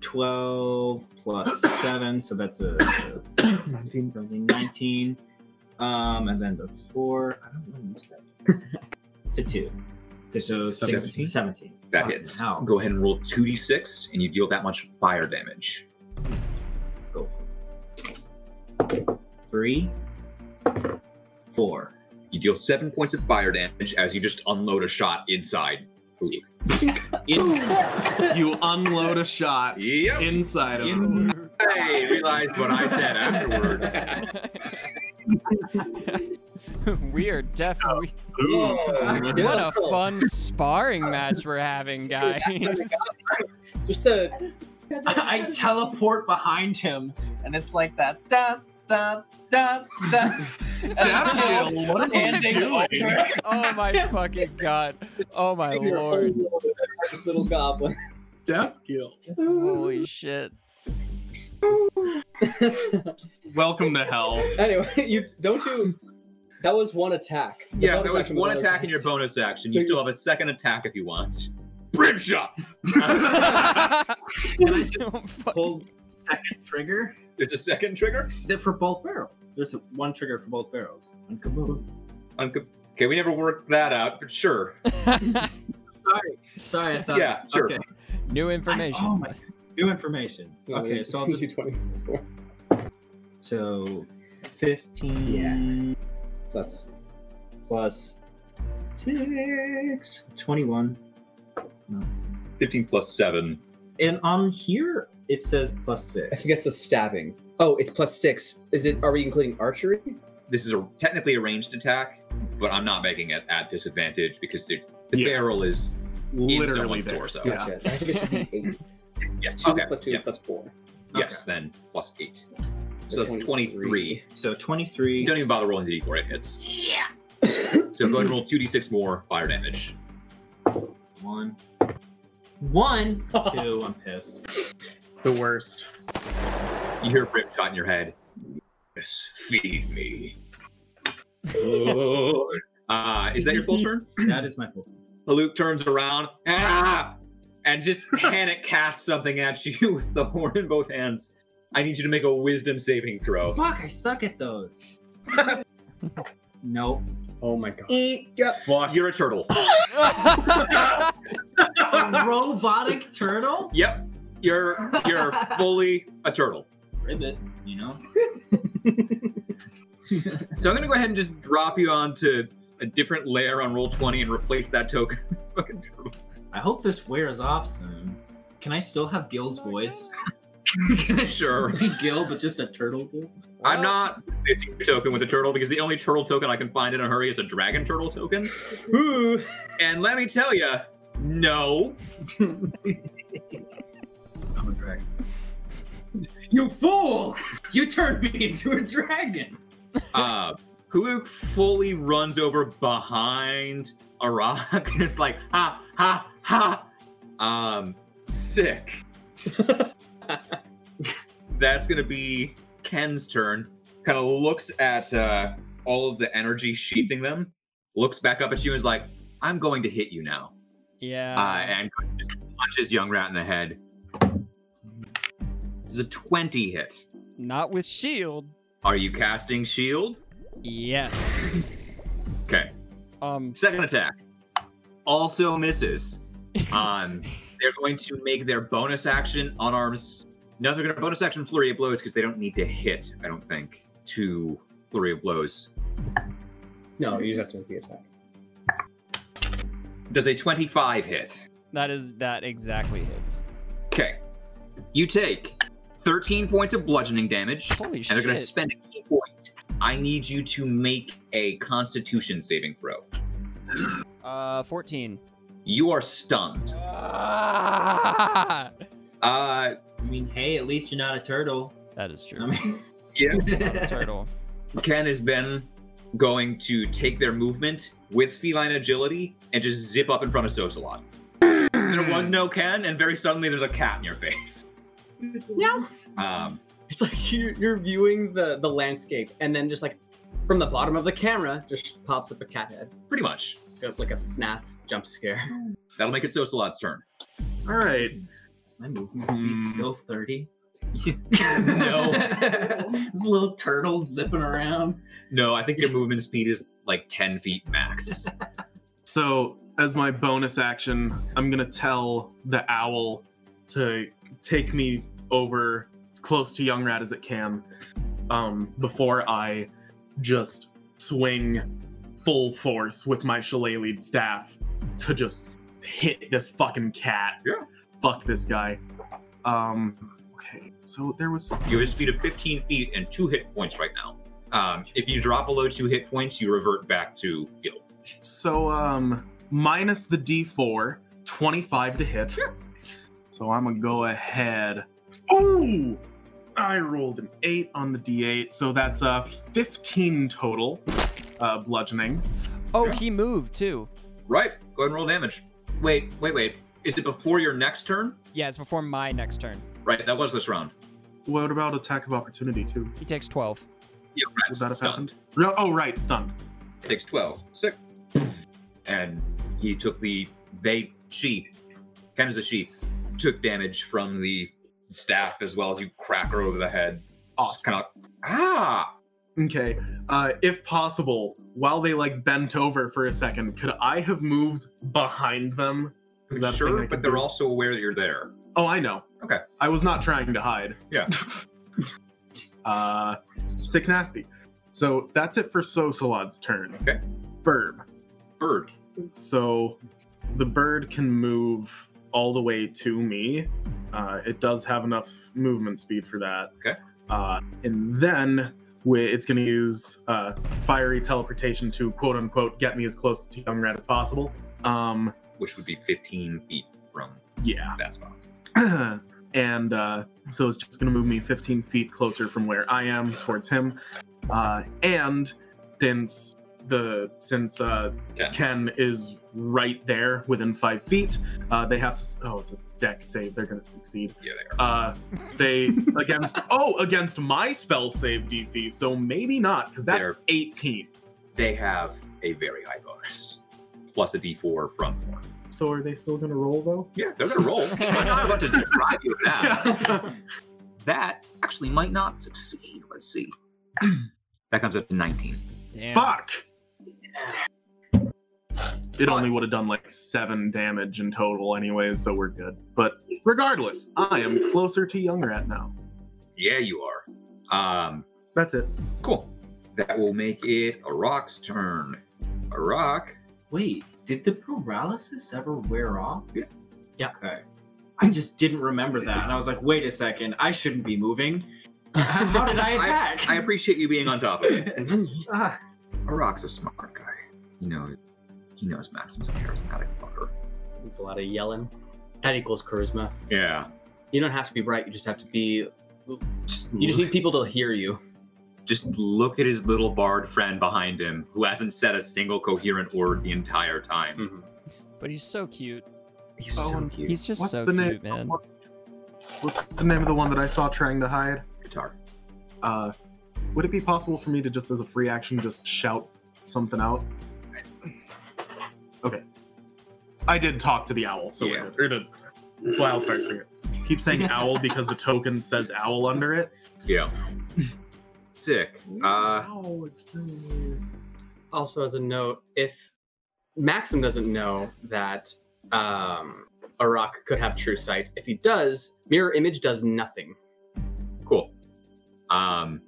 twelve
(coughs)
plus seven, so that's a, a
19.
(coughs) something nineteen. Um, and then the four. I don't want
(laughs)
to use that. it's a two. So
Seventeen?
sixteen. Seventeen.
that
Fucking
hits
hell.
go ahead and roll 2d6 and you deal that much fire damage
Use this one. Let's go. Three, four.
you deal 7 points of fire damage as you just unload a shot inside Huluk.
You unload a shot
yep
inside of him.
In-
i realized what i said afterwards
(laughs) we are
(laughs)
definitely.
Ooh.
Yeah.
What a fun sparring match we're
(laughs)
having, guys.
Just to
I teleport behind him, and it's like that da da da da.
Daffodil, what are
Handing
you doing?
over.
(laughs) Oh my fucking god. Oh my
figure a
lord.
whole world with this little goblin. (laughs)
Daffodil.
Holy
(laughs)
shit. (laughs)
Welcome to hell.
anyway, you don't you. That was one attack. The
Yeah,
bonus
that was
action was
one
another
attack in your bonus action. You
So
still have a second attack if you want. Rib shot.
(laughs) Hold second trigger
(laughs) There's a second trigger.
Th- for both barrels. There's a, one trigger for both barrels. One kaboom.
Unco- okay, we never worked that out, but sure.
Sorry, sorry. I thought.
Yeah, sure.
Okay.
(laughs) New
I,
information.
oh my. New information.
Yeah,
Okay,
it-
so I'll just
220 plus four.
so fifteen. So that's plus six. Twenty-one.
15 plus 7.
And on here it says plus six.
I think it's a stabbing. Oh, it's plus six. Is it? Are we including archery?
This is a technically a ranged attack, but I'm not making it at disadvantage because the, the
Yeah.
barrel is in
Literally
someone's
there.
torso.
Yeah.
Gotcha. I think it (laughs) should be eight.
Yes.
Two
okay.
plus two
yeah.
plus four.
Yes, then plus 8. So that's 23.
23.
So 23.
You don't even bother rolling the d4, it hits. So go ahead and roll 2d6 more fire damage.
One. One. Two. I'm pissed.
The worst.
You hear a rip shot in your head. Yes, feed me. Good. uh, is that your full turn?
That is my full.
Haluk turns around ah, and just panic casts something at you (laughs) with the horn in both hands. I need you to make a wisdom saving throw.
Fuck, I suck at those. nope.
Oh my god.
Fuck.
You're a turtle.
(laughs) Robotic turtle?
Yep. You're you're fully a turtle.
Ribbit, you know?
So I'm gonna go ahead and just drop you onto a different layer on roll 20 and replace that token (laughs) with fucking turtle.
I hope this wears off soon. Can I still have Gil's voice?
Sure.
Be Gil, but just a turtle Gil?
I'm not replacing your token with a turtle because the only turtle token I can find in a hurry is a dragon turtle
(laughs)
token.
Ooh.
And let me tell you, no.
I'm a dragon. You fool! You turned me into a dragon!
uh, Kaluk fully runs over behind a rock (laughs) and it's like, ha, ha, ha. Um, sick. That's going to be Ken's turn. Kind of looks at uh, all of the energy sheathing them, looks back up at you and is like, I'm going to hit you now.
(laughs) yeah.
Uh, and punches Young Rat in the head. It's a 20 hit.
Not with shield.
Are you casting shield?
Yes.
Okay.
Um.
Second attack also misses. Um, they're going to make their bonus action on arms. No, they're going to bonus action flurry of blows because they don't need to hit. I don't think to flurry of blows.
No, you just have to make the attack.
Does a twenty-five hit?
That is that exactly hits.
Okay, you take thirteen points of bludgeoning damage,
Holy
and they're
shit.
going to spend a key point. I need you to make a Constitution saving throw.
uh, fourteen.
You are stunned.
that
Uh,
I mean, hey, at least you're not a turtle.
is
I
true.
mean,
yeah.
Turtle.
Ken is then going to take their movement with feline agility and just zip up in front of Sosalot. there was no Ken, and very suddenly there's a cat in your face.
No.
Um,
(laughs) It's like you're, you're viewing the, the landscape, and then just like from the bottom of the camera, just pops up a cat head.
pretty much.
Like a FNAF jump scare.
That'll make it Sosalot's turn.
All right.
is my movement speed
Hmm.
still (laughs) 30? (laughs)
No.
this little turtle zipping around.
No, I think your movement speed is like 10 feet max.
So, as my bonus action, I'm gonna tell the owl to take me over as close to Young Rat as it can um, before I just swing full force with my shillelied staff to just hit this fucking cat.
Yeah.
Fuck this guy. Um, okay, so there was
You have a speed of 15 feet and two hit points right now. Um, if you drop below two hit points, you revert back to guild.
So um minus the D4, 25 to hit. So I'm gonna go ahead. Oh! I rolled an eight on the D8, so that's uh 15 total uh bludgeoning.
Oh, he moved too.
Right. Go ahead and roll damage. Wait, wait, wait. Is it before your next turn?
Yeah, it's before my next turn.
Right. That was this round.
What about attack of opportunity too?
He takes 12.
Yeah,
Would
rat's
that have
stunned.
happened? No, oh right, stunned.
Takes twelve. Sick. And he took the they she, Ken is a she, took damage from the staff as well as you crack her over the head. Just
Awesome.
kind of ah.
Okay. Uh if possible, while they like bent over for a second, could I have moved behind them? Is that a thing I
Sure,
can
but they're
do?
also aware that you're there.
Oh, I know.
Okay.
I was not trying to hide.
Yeah.
(laughs) uh, sick nasty. So that's it for Sosalad's turn.
Okay.
Burb.
Bird.
So the bird can move all the way to me. Uh, it does have enough movement speed for that.
Okay.
Uh, and then wi- it's going to use uh, fiery teleportation to quote unquote get me as close to Young Rat as possible. Um,
which would be 15 feet from
yeah.
that spot.
(clears throat) and uh, so it's just going to move me 15 feet closer from where I am towards him. Uh, and since the since uh,
Yeah.
Ken is right there within five feet, uh, they have to. s- Oh, it's a deck save. They're going to succeed.
Yeah,
Uh, they against oh against my spell save DC. So maybe not because that's
They're-
18.
They have a very high bonus, plus a d4 from one.
So are they still going to roll though?
Yeah, they're
(laughs)
gonna roll. I'm not about to drive you now. That actually might not succeed. Let's see. (clears throat) that comes up to 19.
Damn.
Fuck. It
But-
only would have done like seven damage in total, anyways, so we're good. But regardless, I am closer to Young Rat now.
Yeah, you are. Um,
That's it.
cool. That will make it a rock's turn. A rock.
Wait, did the paralysis ever wear off?
Yeah.
Yeah. Okay. I just didn't remember that, and I was like, "Wait a second, I shouldn't be (laughs) moving.
(laughs)
How did I attack?"
I appreciate you being on top of it.
(laughs) Ah,
(laughs) A rock's a smart guy. He knows. He knows Maxim's a charismatic fucker.
It's a lot of yelling. That equals charisma.
Yeah.
You don't have to be bright. You just have to be. You just need people to hear you.
just look at his little bard friend behind him who hasn't said a single coherent word the entire time.
But he's so cute.
Mm. He's
Oh,
so
and
cute.
He's just
What's
so
the
cute,
name?
man.
What's the name of the one that I saw trying to hide?
guitar.
Uh, would it be possible for me to just, as a free action, just shout something out? Okay. I did talk to the owl, so
Yeah.
we're good. Or the wildfire spirit. Keep saying owl because the token says owl under it.
Yeah. Sick. Uh,
Owl exterminator.
Also, as a note, if Maxim doesn't know that um, Arak could have true sight, if he does, mirror image does nothing.
cool. Um,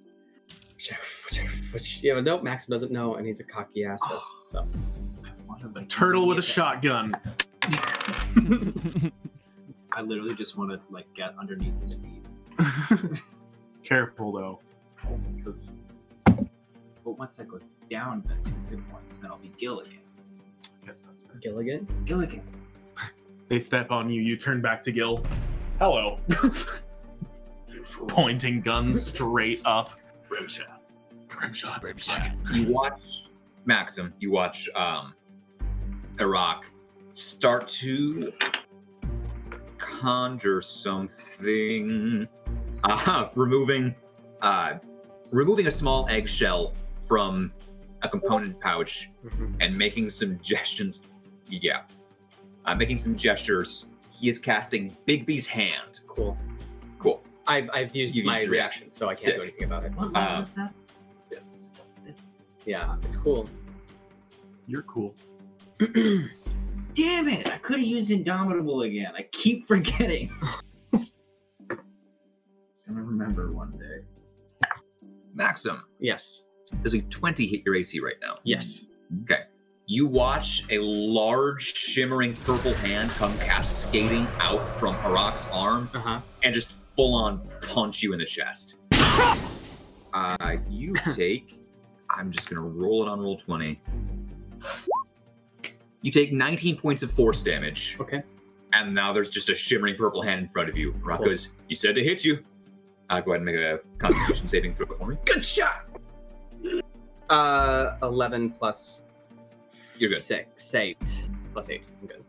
Which, which, (laughs) which yeah, nope, Maxim doesn't know, and he's a cocky asshole. So
A turtle with a shotgun.
I literally just want to like get underneath his feet.
Careful though, because
But once I go down the two hit points, then I'll be Gilligan.
I guess that's fair.
Gilligan.
Gilligan.
They step on you. You turn back to Gil. Hello. (laughs) Pointing gun straight up. Rimshot. Rimshot. Rimshot.
you watch Maxim. You watch um, Iraq start to conjure something, uh, removing uh, removing a small eggshell from a component pouch and making some (laughs) gestures. Yeah, uh, making some gestures. He is casting Bigby's hand.
(gasps) Cool.
Cool.
I've, I've used
You've
my
used your-
reaction, so I can't
Sick.
do anything about it.
What
Uh,
level is that?
Yeah, it's cool.
You're cool.
Damn it! I could have used Indomitable again. I keep (laughs) forgetting. I'm gonna remember one day.
Maxim,
Yes.
does a twenty hit your AC right now?
Yes.
Okay. You watch a large, shimmering purple hand come cascading out from Arak's arm
Uh huh.
and just full on punch you in the chest. Uh, you take. I'm just gonna roll it on roll twenty. You take 19 points of force damage.
Okay.
And now there's just a shimmering purple hand in front of you. Rock
Cool.
goes, "You said to hit you." Uh, go ahead and make a Constitution saving throw for me. Good shot.
Uh, eleven plus
You're good.
six, eight plus eight. I'm good.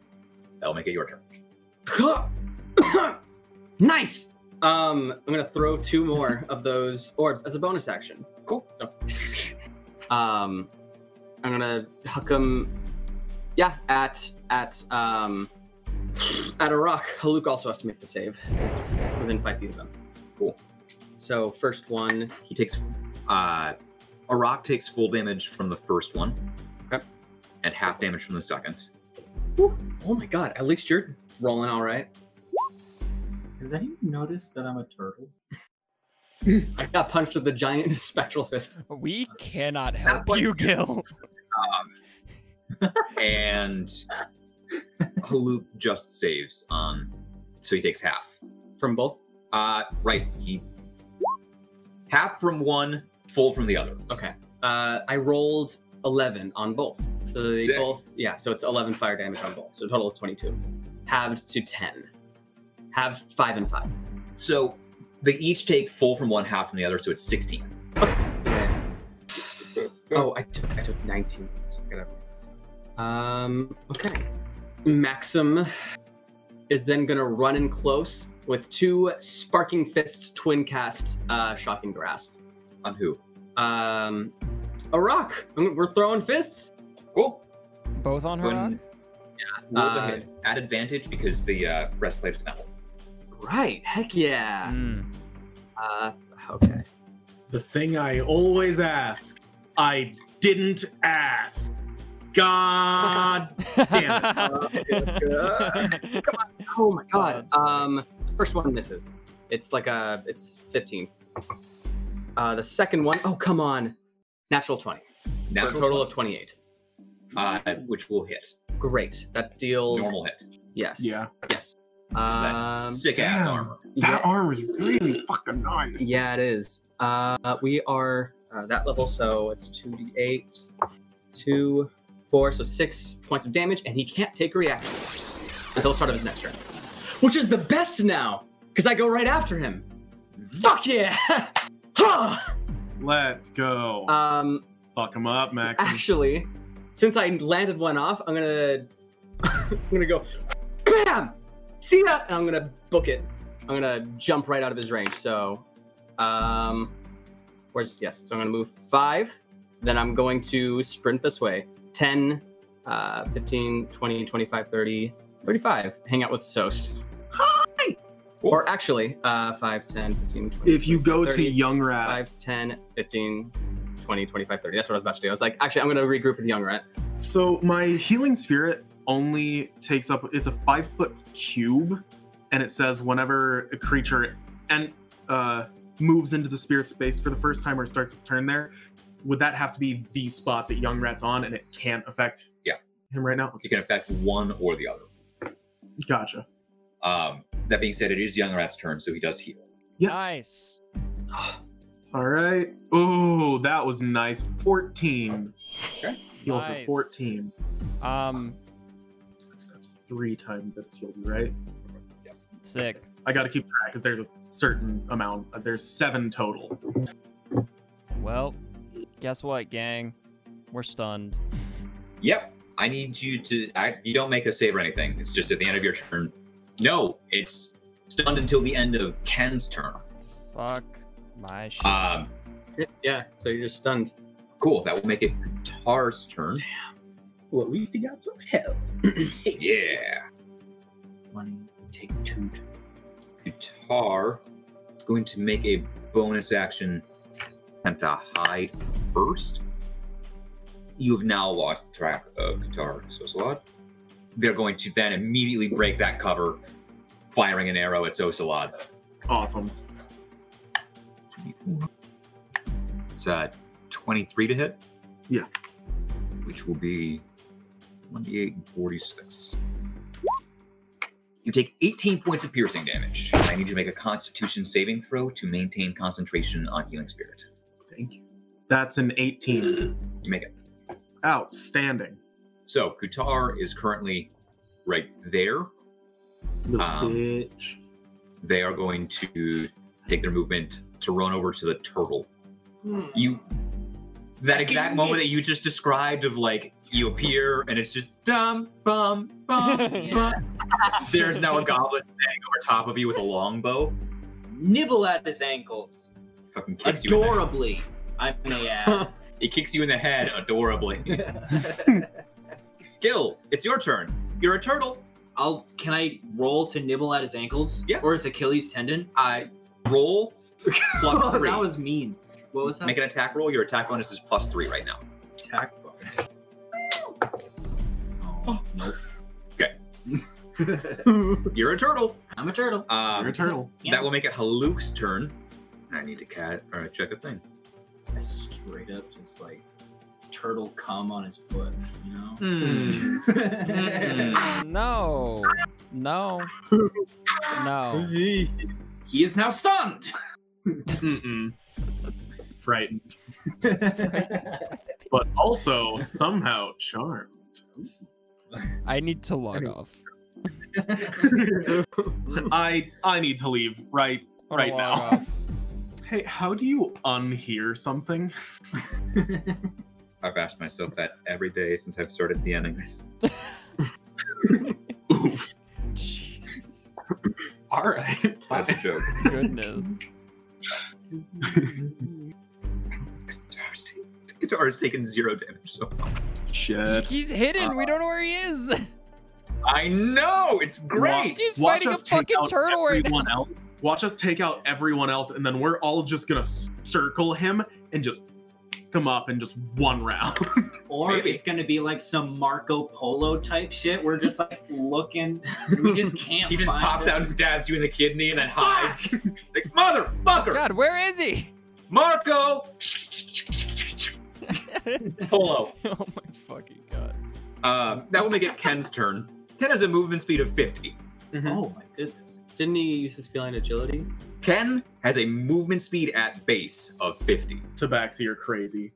That'll make it your turn.
(coughs) nice. Um, I'm gonna throw two more of those orbs as a bonus action. Cool. So, um, I'm gonna huck them. Yeah, at at um at a rock. Haluk also has to make the save. He's within five feet of them.
Cool.
So first one.
He takes. Uh, Arak takes full damage from the first one.
Okay.
And half damage from the second.
Oh my god! At least you're rolling all right.
Has anyone noticed that I'm a turtle?
I got punched with a giant (laughs) spectral fist.
We cannot help
one-
you, Gil.
and Haluk just saves. Um, so he takes half.
from both.
Uh, right. He half from one, full from the other.
Okay. Uh, I rolled 11 on both. So they
Sick.
both, yeah, so it's 11 fire damage on both. So total of 22. Halved to 10. Halved 5 and 5.
So they each take full from one, half from the other. So it's sixteen.
Oh, I took I took 19. So I gotta- Um, okay. Maxim is then going to run in close with two Sparking Fists twin cast uh, Shocking Grasp.
On who?
Um, a rock. I'm- We're throwing fists.
Cool.
Both on
Go ahead
her.
and roll the
Uh,
hit at advantage because the uh, breastplate is metal.
Right. Heck yeah.
Mm.
Uh, okay.
The thing I always ask. I didn't ask. God.
Damn (laughs) it.
Oh my god.
that's funny.
um, first one misses. It's like a, it's 15. Uh, the second one, oh come on, natural 20.
Natural
for a total of 28.
uh, which will hit.
Great. That deals.
Normal hit.
Yes.
Yeah.
Yes.
Is that
Um,
sick ass
damn.
armor.
That
yeah,
arm is really fucking nice.
yeah, it is. Uh, we are uh, that level, so it's 2d8, 2, 4, so 6 points of damage, and he can't take reactions until the start of his next turn. Which is the best now, because I go right after him. Fuck yeah! (laughs) Huh!
Let's go.
Um,
Fuck him up, Max.
Ah, actually, since I landed one off, I'm gonna, (laughs) I'm gonna go, bam, see that, and I'm gonna book it. I'm gonna jump right out of his range. So, um, where's yes? So I'm gonna move five, then I'm going to sprint this way. 10, uh, 15, 20, 25, 30, 35. Hang out with Sos. Or actually, uh, 5, 10, 15, 20.
If you go to
30,
Young Rat,
5, 10, 15, 20, 25, 30. That's what I was about to do. I was like, actually, I'm going to regroup with Young Rat.
So my healing spirit only takes up it's a five foot cube, and it says whenever a creature and uh, moves into the spirit space for the first time or starts its turn there, would that have to be the spot that Young Rat's on, and it can't affect
Yeah.
him right now? Okay,
It can affect one or the other.
gotcha.
Um, that being said, it is Young Rat's turn, so he does heal.
Yes.
nice.
All right. Oh, that was nice. Fourteen.
Okay.
Heal for
Nice.
fourteen.
Um,
That's- That's three times that it's healed, you, right?
sick.
I got to keep track because there's a certain amount. uh, There's seven total.
Well, guess what, gang? We're stunned.
Yep. I need you to. I, you don't make a save or anything. It's just at the end of your turn. No, it's stunned until the end of Ken's turn.
Fuck my shit.
Um,
Yeah, so you're just stunned.
cool. That will make it Guitar's turn.
Well, at least he got some health. (clears throat)
Yeah.
Money, take two.
Guitar is going to make a bonus action attempt to hide first. You have now lost track of Guitar Sosalad. They're going to then immediately break that cover, firing an arrow at Sosalad.
Awesome.
It's uh, 23 to hit.
Yeah.
Which will be 28 and 46. You take 18 points of piercing damage. I need you to make a constitution saving throw to maintain concentration on healing spirit.
Thank you. That's an 18.
You make it.
Outstanding.
So Kutar is currently right there.
Little
Um,
bitch.
They are going to take their movement to run over to the turtle. You that exact moment that you just described of like you appear and it's just dum bum
(laughs)
bum bum. There's now a goblin standing over top of you with a longbow.
Nibble at his ankles
Fucking kicks you. In the,
adorably. I may add.
(laughs) it kicks you in the head (laughs) adorably. Gil, it's your turn. You're a turtle.
I'll. Can I roll to nibble at his ankles?
Yeah.
Or his Achilles tendon?
I roll (laughs) plus three.
that was mean. What was that?
Make an attack roll. Your attack bonus is plus three right now.
attack bonus.
Oh, Nope. Okay. (laughs) You're a turtle.
I'm a turtle.
Um,
You're a turtle.
Yeah.
That will make it Haluk's turn. I need to cat or check a thing.
I straight up just like turtle cum on his foot. You know.
Hmm.
(laughs)
Hmm.
No. No. No.
he is now stunned.
Mm-mm. Frightened. But also somehow charmed.
I need to log off.
I I need to leave right
I wanna
Right
log
now.
off. (laughs)
Hey, how do you unhear something?
I've asked myself that every day since I've started DMing this.
Jeez.
All right.
That's a (laughs) joke.
Goodness.
Guitar's, ta- guitar has taken zero damage so far.
Shit.
He's hidden. we don't know where he is. (laughs)
I know it's great.
He's
Watch
fighting
us
a
take
fucking
out
turtle right
everyone else. Watch us take out everyone else, and then we're all just gonna circle him and just come up in just one round.
(laughs)
(laughs)
Or
Maybe.
it's gonna be like some Marco Polo type shit. We're just like looking, and we just can't.
(laughs) He just
find
pops
him.
out and stabs you in the kidney and then hides. (laughs) like motherfucker,
God, where is he?
Marco. Polo.
Oh my fucking god.
Uh, that will make it Ken's turn. Ken has a movement speed of 50.
Oh my goodness.
Mm-hmm. Didn't he use his feline agility?
Ken has a movement speed at base of 50.
Tabaxi, you're crazy.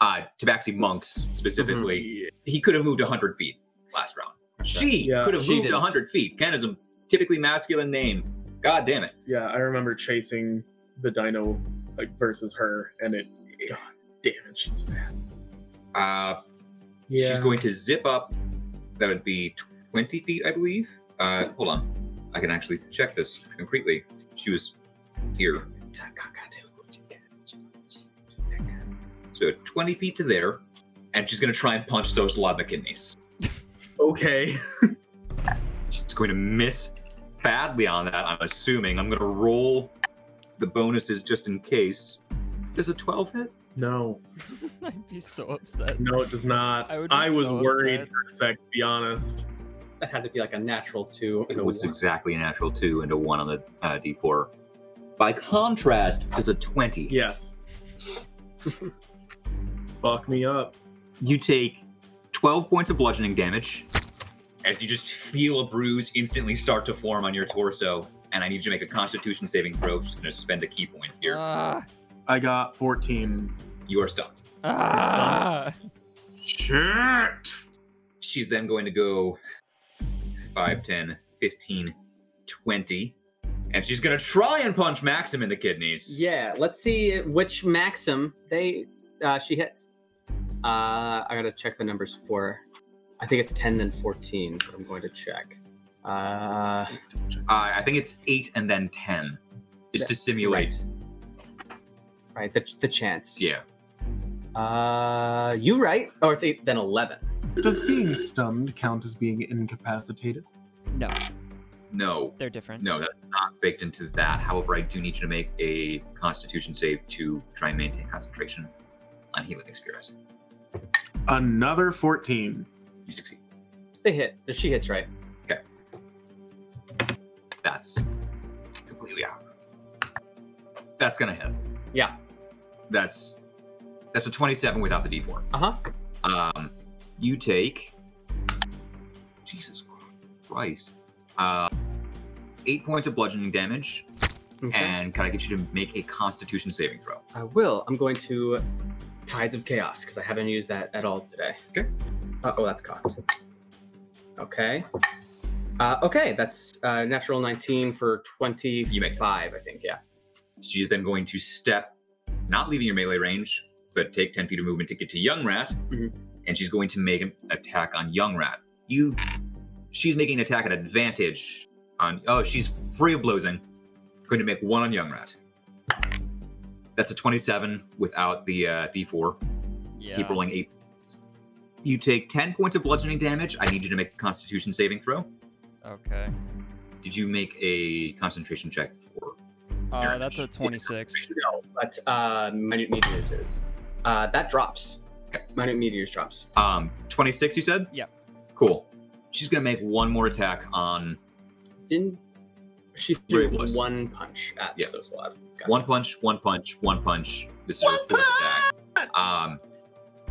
uh, Tabaxi monks specifically,
Mhm.
he could have moved 100 feet last round. She
Yeah,
could have
she
moved
did.
100 feet. Ken is a typically masculine name. God damn it.
Yeah, I remember chasing the dino like versus her, and it. God damn it, she's fat.
Uh, She's going to zip up. That would be 20 feet, I believe. Uh, hold on. I can actually check this concretely. She was here. So 20 feet to there, and she's going to try and punch Soslov McKinney's.
okay. (laughs)
It's going to miss badly on that, I'm assuming. I'm going to roll the bonuses just in case. Does a 12 hit?
No,
(laughs) I'd be so upset.
no, it does not.
I
I,
would be
was
so
worried
upset.
for a sec, to be honest.
That had to be like a natural two. and
It
a
was
one.
exactly a natural 2 and a 1 on the uh, d4. By contrast, does a 20.
Yes. Fuck me up.
You take 12 points of bludgeoning damage as you just feel a bruise instantly start to form on your torso. And I need you to make a constitution saving throw. Just going to spend a key point here.
Ah,
I got 14.
you are stunned.
ah.
Shit!
she's then going to go 5 10 15 20 and she's going to try and punch maxim in the kidneys
Yeah, let's see which Maxim they uh, she hits. Uh, I gotta check the numbers for. I think it's ten then fourteen. But I'm going to check. Uh,
uh, i think it's 8 and then 10 it's to simulate
right, the, the chance.
yeah
Uh, you right? Oh, it's eight then eleven.
Does being stunned count as being incapacitated?
No,
no
they're different.
no that's not baked into that however i do need you to make a constitution save to try and maintain concentration on healing experience
Another 14.
you succeed
They hit. She hits right.
that's completely out that's going to hit
Yeah.
that's that's a 27 without the d4
Uh huh.
Um, you take. Jesus Christ. Uh, eight points of bludgeoning damage And can I get you to make a Constitution saving throw?
I will. I'm going to Tides of Chaos because I haven't used that at all today.
Okay.
Uh, oh, that's cocked. Okay. Uh, okay, that's uh, natural 19 for 25,
You make it.
I think. Yeah.
She is then going to step, not leaving your melee range, but take 10 feet of movement to get to Young Rat.
Mhm.
And she's going to make an attack on Young Rat. You. She's making an attack at advantage on. Oh, she's free of blowsing. Going to make one on Young Rat. That's a 27 without the uh, d4.
Yeah.
Keep rolling eight. You take 10 points of bludgeoning damage. I need you to make a constitution saving throw.
Okay.
Did you make a concentration check for
Uh,
Aaron,
that's a
she's-
26.
No, but uh, Minute Meteors is. Uh, that drops.
Okay.
Minute Meteors drops.
Um, 26, you said?
Yep.
Cool. She's going to make one more attack on
Didn't she
Three
threw
blows.
one punch at
Yeah.
so Soslad? Gotcha.
one punch, one punch, one punch. This is her fourth attack. Um,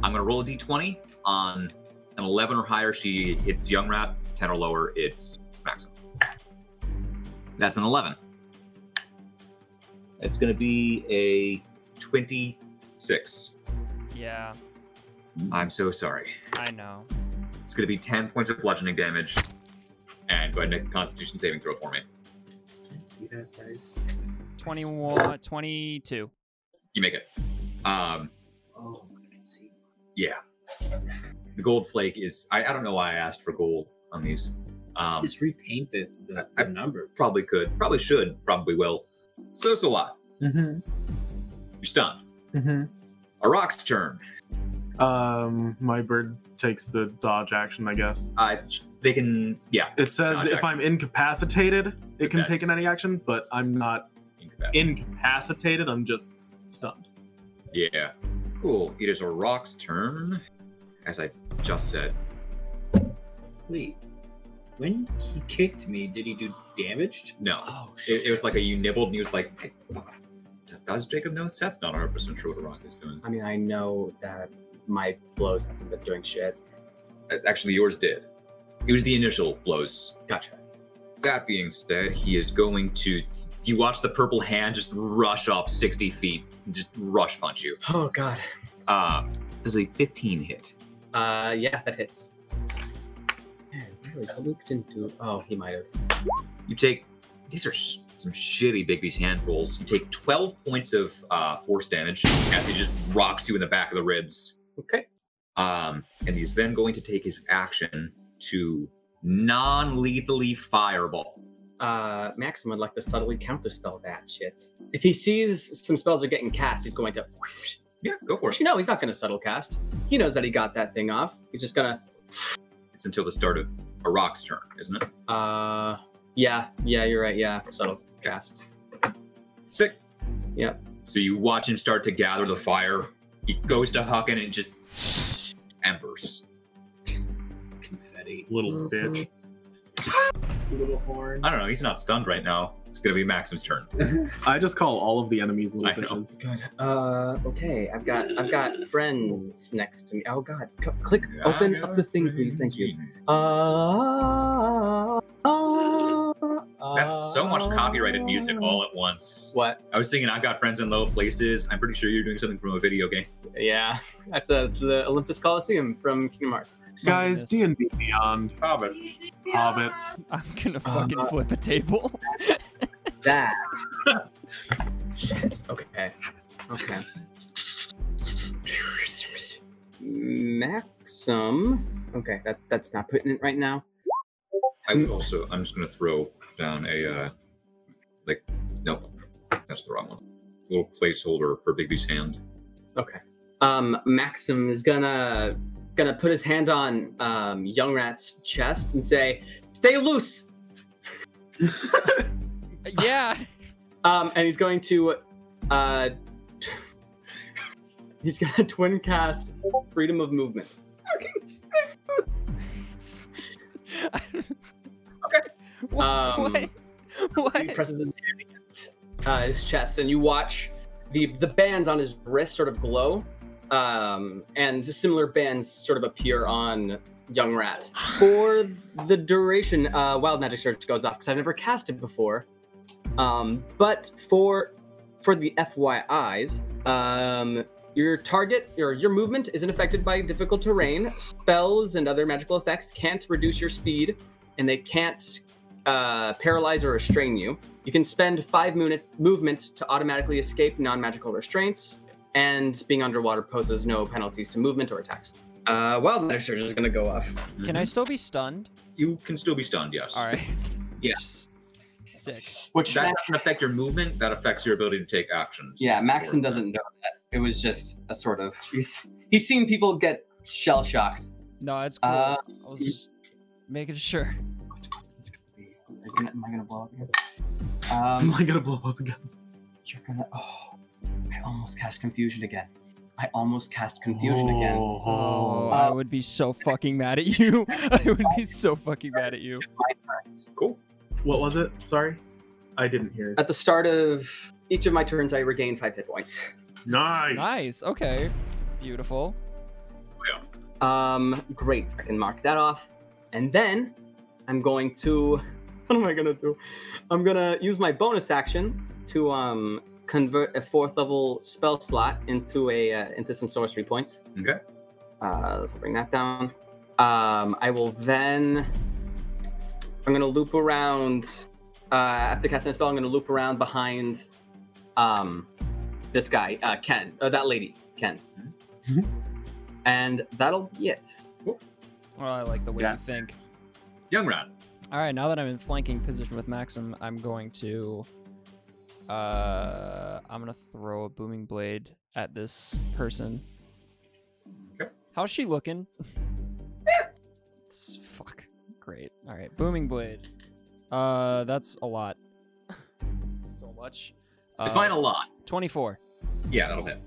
I'm going to roll a d20. On an 11 or higher, she hits Young Rat. 10 or lower, it's Maxim. That's an 11. It's going to be a 26.
Yeah,
I'm so sorry.
I know.
It's going to be 10 points of bludgeoning damage. And go ahead and make a constitution saving throw for me.
See that, guys?
21, 22.
You make it. Um,
Oh, I can see.
yeah. The gold flake is. I, I don't know why I asked for gold on these. Um,
Just repaint the, the,
I-
the number.
probably could. Probably should. Probably will. So it's a lot.
Mm-hmm.
You're stunned.
Mm-hmm.
A rock's turn.
Um, my bird takes the dodge action, I guess.
Uh, they can. Yeah.
It says
Dodge
if
action.
I'm incapacitated, it can take
That's-
an any action, but I'm not
Incapacitated.
incapacitated. I'm just stunned.
Yeah. Cool. It is a rock's turn. As I just said.
Wait, when he kicked me, did he do damage?
No.
Oh shit!
It, it was like a you nibbled and he was like, "Hey, fuck. does Jacob know? Seth's not 100% sure what a rock is doing.
I mean, I know that my blows haven't been doing shit.
Uh, Actually, yours did. It was the initial blows.
Gotcha.
That being said, he is going to. You watch the purple hand just rush up 60 feet, and just rush punch you.
Oh, God.
Um, does a 15 hit?
Uh, yeah, that hits. Man, really, Luke didn't do. Oh, he might have.
You take. These are sh- some shitty Bigby's hand rolls. You take 12 points of uh, force damage as he just rocks you in the back of the ribs.
Okay.
Um, and he's then going to take his action to non lethally fireball.
Uh, Maxim would like to subtly counterspell that shit. If he sees some spells are getting cast, he's going to.
Yeah, go for it.
Actually, no, he's not going to subtle cast. He knows that he got that thing off. He's just gonna.
It's until the start of a rock's turn, isn't it?
Uh, yeah, yeah, you're right. Yeah, subtle cast.
Sick.
Yep.
So you watch him start to gather the fire. He goes to Huckin and just embers.
confetti.
Little
Mm-hmm.
bitch.
Little
(laughs)
horn.
I don't know. He's not stunned right now. It's going to be Maxim's turn.
I just call all of the enemies little
I know.
bitches.
Good. Uh, okay. I've got I've got friends next to me. Oh God! C- click
I
(laughs) open
got
up the thing, please. Thank you. Uh,
That's so much copyrighted music all at once.
Ah. What?
I was singing I've Got Friends in Low Places. I'm pretty sure you're doing something from a video game.
Yeah, (laughs) that's uh the Olympus Coliseum from Kingdom Hearts.
Guys,
Yes.
D and D Beyond,
Hobbit.
hobbits.
(laughs) I'm gonna fucking flip a table. (laughs)
That. (laughs) Shit. Okay. Okay. Maxim. Okay, that that's not putting it right now.
I would also. I'm just gonna throw down a uh, like. No, that's the wrong one. A little placeholder for Bigby's hand.
Okay. Um, Maxim is gonna gonna put his hand on um, Young Rat's chest and say, "Stay loose."
yeah.
Um, and he's going to, uh, (laughs) he's gonna twin cast Freedom of Movement.
(laughs) What?
Um,
what?
(laughs) He
What?
presses his hand against uh, his chest, and you watch the the bands on his wrist sort of glow, um, and similar bands sort of appear on Young Rat for the duration. Uh, wild magic search goes off because I've never cast it before. Um, but for for the FYI's, um, your target or your movement isn't affected by difficult terrain. Spells and other magical effects can't reduce your speed, and they can't uh, paralyze or restrain you. You can spend five minute movements to automatically escape non-magical restraints, and being underwater poses no penalties to movement or attacks. Uh, Wild Nectar is just gonna go off.
Can I still be stunned?
You can still be stunned, yes.
All right. (laughs)
Yes.
Six.
Which
That doesn't affect your movement. That affects your ability to take actions.
Yeah, Maxim doesn't know that. It was just a sort of he's he's seen people get shell shocked.
No, it's cool.
Uh,
I was just making sure.
Am I gonna blow up here? Um, (laughs)
am I gonna blow up again?
you're gonna. Oh, I almost cast confusion again. I almost cast confusion again.
Oh, I would be so fucking mad at you. (laughs) I would be so fucking mad at you.
Cool.
What was it? Sorry, I didn't hear. It.
At the start of each of my turns, I regain five hit points.
Nice.
Nice. Okay. Beautiful.
Um, great. I can mark that off. And then I'm going to. (laughs) What am I gonna do? I'm gonna use my bonus action to um convert a fourth level spell slot into a uh, into some sorcery points.
Okay.
Uh, let's bring that down. Um, I will then. I'm gonna loop around. Uh, after casting a spell, I'm gonna loop around behind, um, this guy, uh, Ken, uh, that lady, Ken,
Mhm.
and that'll be it.
Oh, I like the way
Yeah.
you think.
Young Rat.
All right, now that I'm in flanking position with Maxim, I'm going to uh I'm going to throw a booming blade at this person.
Okay.
How's she looking? It's- fuck. Great. All right, booming blade. Uh that's a lot. (laughs) so much. Uh,
Define a lot.
24
Yeah, that'll hit.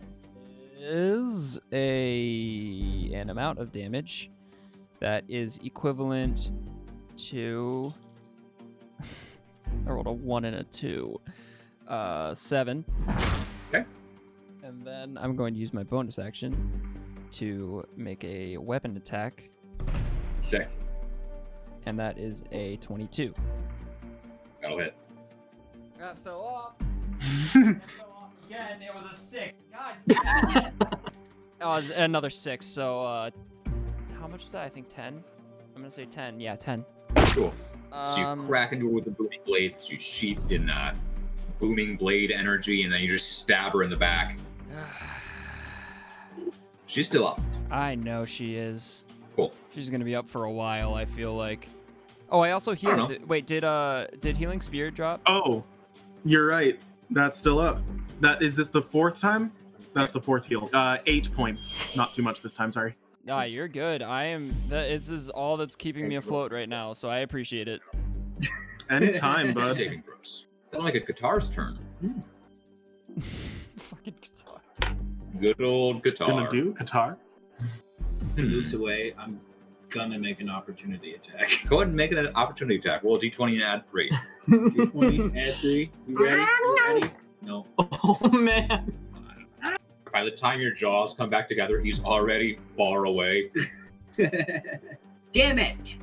is a an amount of damage that is equivalent to (laughs) I rolled a one and a two, uh, seven.
Okay.
And then I'm going to use my bonus action to make a weapon attack,
Sick.
and that is a twenty-two.
That'll hit.
That fell off. that fell off (laughs) again. It was a six. God. damn it. (laughs) oh, it's another six. So, uh, how much is that? I think ten. I'm gonna say ten. Yeah, ten.
Cool.
Um,
So you crack into her with the booming blade. You sheathed in that booming blade energy, and then you just stab her in the back. She's still up.
(sighs) I know she is.
Cool.
She's gonna be up for a while. I feel like. Oh, I also healed.
know.
th- Wait, did uh, did healing spear drop?
Oh, you're right. That's still up. That is this the fourth time? That's the fourth heal. Uh, eight points. Not too much this time. Sorry.
Nah, Ah, you're good. I am. That this is all that's keeping me afloat right now. So I appreciate it. (laughs)
(laughs)
Anytime, bud.
Saving throws. Sound like a guitar's turn.
Fucking
(laughs)
guitar.
Good old guitar.
Gonna
(laughs)
do Qatar. (laughs)
If it
Hmm.
moves away, I'm gonna make an
(laughs)
opportunity attack.
Go ahead and make it an opportunity attack. Roll a d20 and add three.
20, add three. You ready? You ready? No.
Oh man!
By the time your jaws come back together, he's already far away.
Damn it!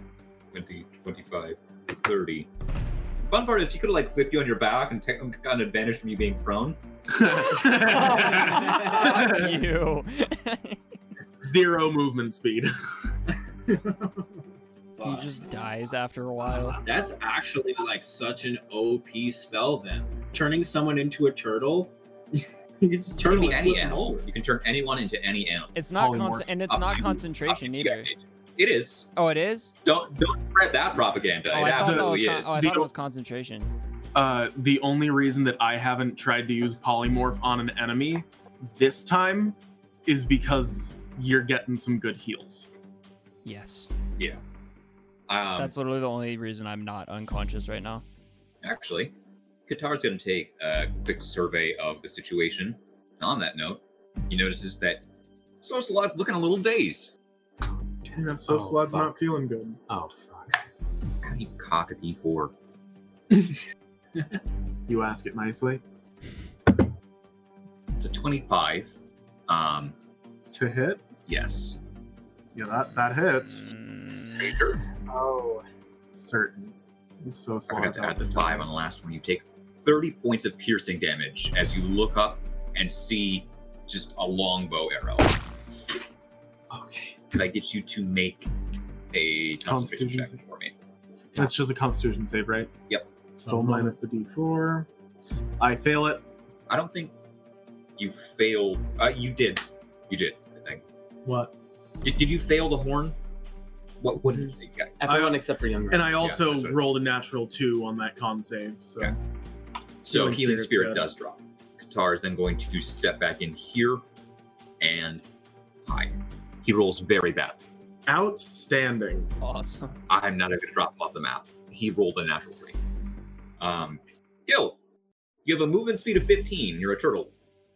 20, 25, 30. Fun part is he could have like flipped you on your back and take gotten advantage from you being prone.
Fuck you. (laughs)
Zero movement speed. (laughs)
he just dies after a while.
That's actually like such an OP spell then. Turning someone into a turtle. (laughs) it's
Turn
turtle
me
and
any
flip 'em
animal.
over.
You can turn anyone into any animal.
It's not con-
Polymorph.
and it's
Up
not
to-
concentration
up to
either.
two. It is.
Oh, it is.
Don't don't spread that propaganda.
Oh,
it
I thought that was.
absolutely
Con-
is.
oh, I
The-
thought it was concentration.
Uh, the only reason that I haven't tried to use polymorph on an enemy this time is because you're getting some good heals.
Yes,
um,
that's literally the only reason I'm not unconscious right now.
actually, Qatar's going to take a quick survey of the situation. And on that note, he notices that Sosalot's looking a little dazed.
Yeah, so
Oh,
Slad's
fuck.
not feeling good.
Oh fuck.
How do you cock a d4?
You ask it nicely.
It's a 25. Um,
To hit?
yes.
Yeah, that, that hits.
Mm,
Major.
Oh.
Certain. So
I
Slad.
forgot to add the 5 on the last one. You take 30 points of piercing damage as you look up and see just a longbow arrow.
Okay.
Could I get you to make a constitution check
Constitution.
for me?
That's just a constitution save, right?
Yep.
Still minus the d4. I fail it.
I don't think you failed. Uh, you did. You did, I think.
What?
Did, did you fail the horn? What would
Mm-hmm.
okay.
Everyone except for younger.
And I also
that's right.
rolled a natural two on that con save. So
Okay. So
Healing
healing,
Spirit's
spirit
good.
does drop. Qatar is then going to step back in here and hide. He rolls very bad.
outstanding.
(laughs)
Awesome. (laughs)
I'm not even gonna drop him off the map. He rolled a natural three. Um, Gil, you have a movement speed of 15. You're a turtle.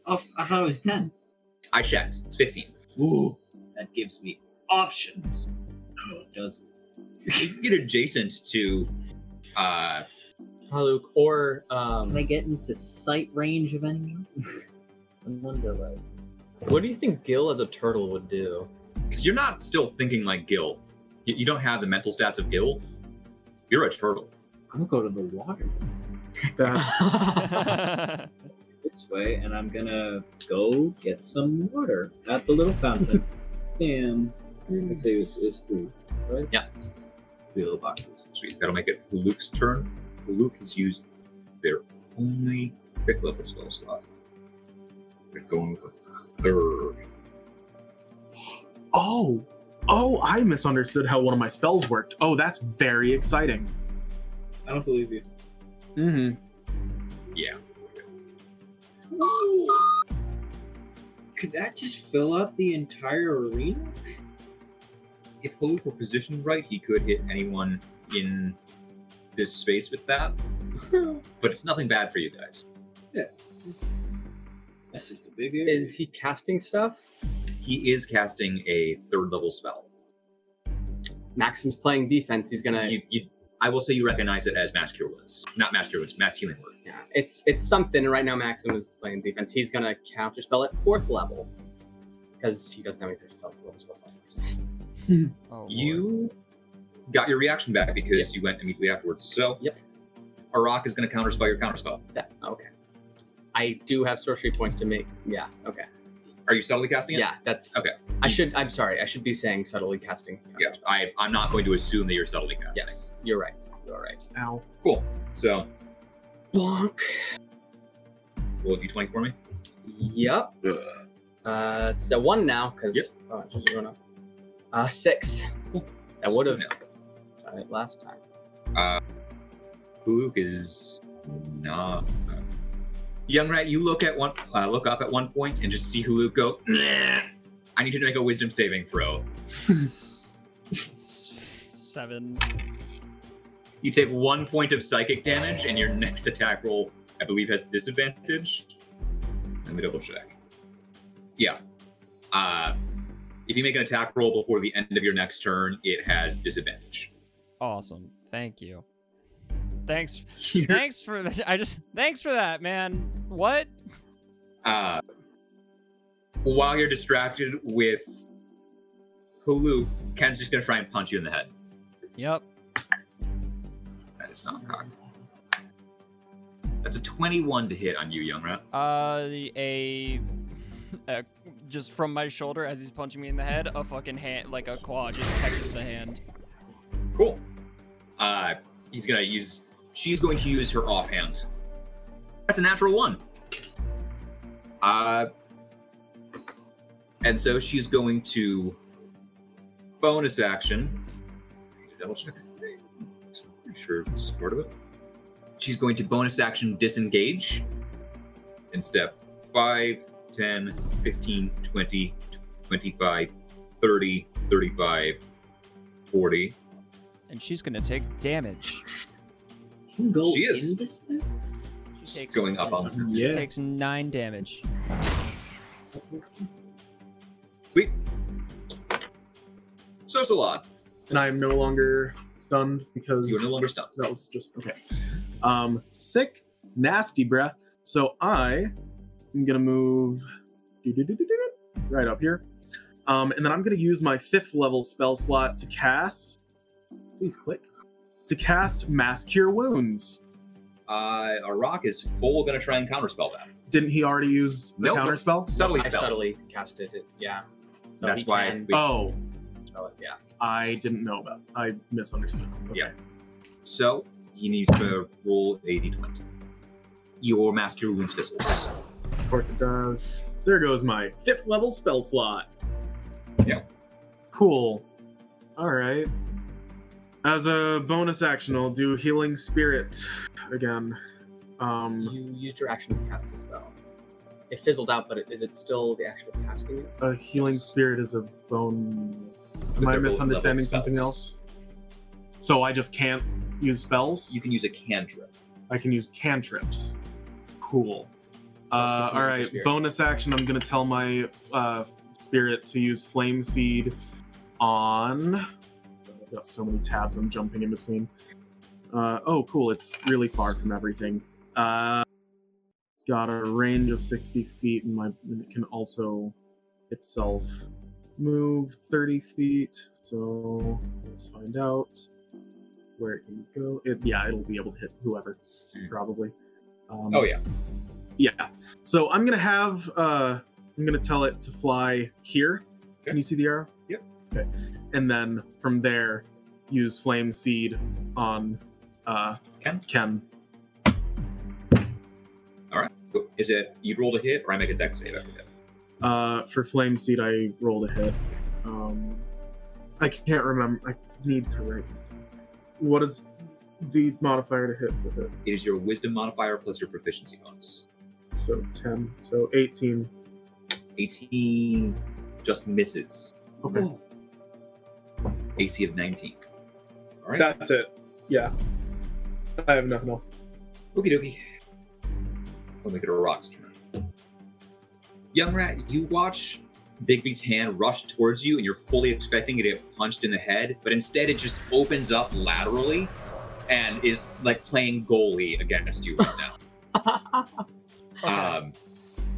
Oh, I thought it was 10.
I checked. It's 15.
Ooh, that gives me options. No, it doesn't.
You can get adjacent to uh,
Haluk or
Can I
um,
get into sight range
(laughs)
of anyone? Someone to like.
what do you think Gil as a turtle would do?
because you're not still thinking like Gil. You, you don't have the mental stats of Gil. You're a turtle.
I'm gonna go to the water
That's
(laughs)
this way, and I'm gonna go get some water at the
(laughs)
little fountain. Bam. I'd say it's, it's three, right?
Yeah.
Three little boxes.
Sweet. That'll make it Luke's turn. Luke has used their only fifth level spell slot. They're going with a third.
oh, oh! I misunderstood how one of my spells worked. Oh, that's very exciting.
I don't believe you.
Mm-hmm.
Yeah.
Could that just fill up the entire arena?
if Huluk were positioned right, he could hit anyone in this space with that. but it's nothing bad for you guys.
That's just a big area.
Is he casting stuff?
He is casting a third level spell.
Maxim's playing defense. He's gonna.
You, you, I will say you recognize it as mass cure wounds. Not mass cure wounds, mass healing word.
yeah, it's it's something. and Right now, Maxim is playing defense. He's gonna counterspell at fourth level because he doesn't have any third level spells.
Oh, Lord.
You got your reaction back because you went immediately afterwards. So,
Yep.
Arak is going to counterspell your counterspell.
Yeah, okay. I do have sorcery points to make. Yeah. Okay.
Are you subtly casting
Yeah.
it?
that's
Okay.
I should. I'm sorry. I should be saying subtly casting.
Yeah. I, I'm not going to assume that you're subtly casting.
Yes. You're right. You're right.
Ow.
Cool. So,
Bonk.
roll a d20 for me.
Yep. Uh, it's a one now because
Yep.
oh, it's just going up. Uh, six. That would have done it last time.
Huluk is not. Young Rat, you look at one, uh, look up at one point and just see Huluk go. "Nah." I need you to make a Wisdom saving throw.
S- Seven.
You take one point of psychic damage, and your next attack roll, I believe, has disadvantage. Let me double check. Yeah. Uh, if you make an attack roll before the end of your next turn, it has disadvantage.
Awesome. Thank you.
(laughs)
Thanks. Thanks for that. I just. Thanks for that, man. What?
uh, while you're distracted with Hulu, Ken's just gonna try and punch you in the head.
Yep.
That is not cocked. That's a 21 to hit on you, young rat.
Uh, a, a just from my shoulder as he's punching me in the head, a fucking hand, like a claw, just catches the hand.
Cool. Uh, he's gonna use. She's going to use her offhand. That's a natural one. Uh, and so she's going to bonus action. I need to double check this thing. So I'm pretty sure this is part of it. She's going to bonus action disengage in step 5, 10, 15, 20, 25, 30, 35, 40.
And she's gonna take damage.
You can go
She is-
in this thing?
She takes
going up on the
She
Yeah.
takes nine damage.
Sweet. So so lot.
And I am no longer stunned because
You are no longer stunned.
that was just okay. Um, sick, nasty breath. So I am gonna move doo-doo-doo-doo-doo, right up here, um, and then I'm gonna use my fifth level spell slot to cast. Please click to cast Mass Cure Wounds.
Uh, a rock is full going to try and counterspell that.
Didn't he already use the
Nope.
counter spell?
Subtly
I
spelled.
subtly casted it. Yeah. So
That's
he
why
can
we-
Oh,
spell it. Yeah.
I didn't know about. I misunderstood. Okay.
Yeah. So he needs to roll a d20. Your Master Wounds Fizzles.
Of course it does. There goes my fifth level spell slot.
Yeah.
Cool. All right. As a bonus action, I'll do healing spirit again. Um,
You used your action to cast a spell. It fizzled out, but it, is it still the action of casting it?
a healing
Yes.
spirit is a bone.
They're
Am I
both
misunderstanding
level
something
spells.
else? So I just can't use spells.
You can use a cantrip.
I can use cantrips. Cool.
Also can
Uh, all
use
right,
your spirit.
bonus action. I'm gonna tell my uh, spirit to use flame seed on. I've got so many tabs. I'm jumping in between. Uh, oh, cool. It's really far from everything. Uh, it's got a range of 60 feet, and, my, and it can also itself move 30 feet. So let's find out where it can go. It, yeah, it'll be able to hit whoever,
Hmm.
probably. Um,
Oh, yeah.
yeah. So I'm gonna have uh I'm gonna tell it to fly here. Can
Okay.
you see the arrow?
Yep.
Okay. And then from there, use flame seed on uh
Ken?
Ken.
Is it you rolled a hit or I make a deck save? I forget.
Uh for flame seed I rolled a hit. Um I can't remember I need to write this. down. What is the modifier to hit with it?
It is your wisdom modifier plus your proficiency bonus.
So ten. So eighteen.
18 just misses.
Okay.
AC of 19. All right.
That's it. Yeah. I have nothing else.
Okie dokie. I'll make it a rock's turn. Young rat, you watch Bigby's hand rush towards you, and you're fully expecting it to get punched in the head, but instead it just opens up laterally and is like playing goalie against you right now. um,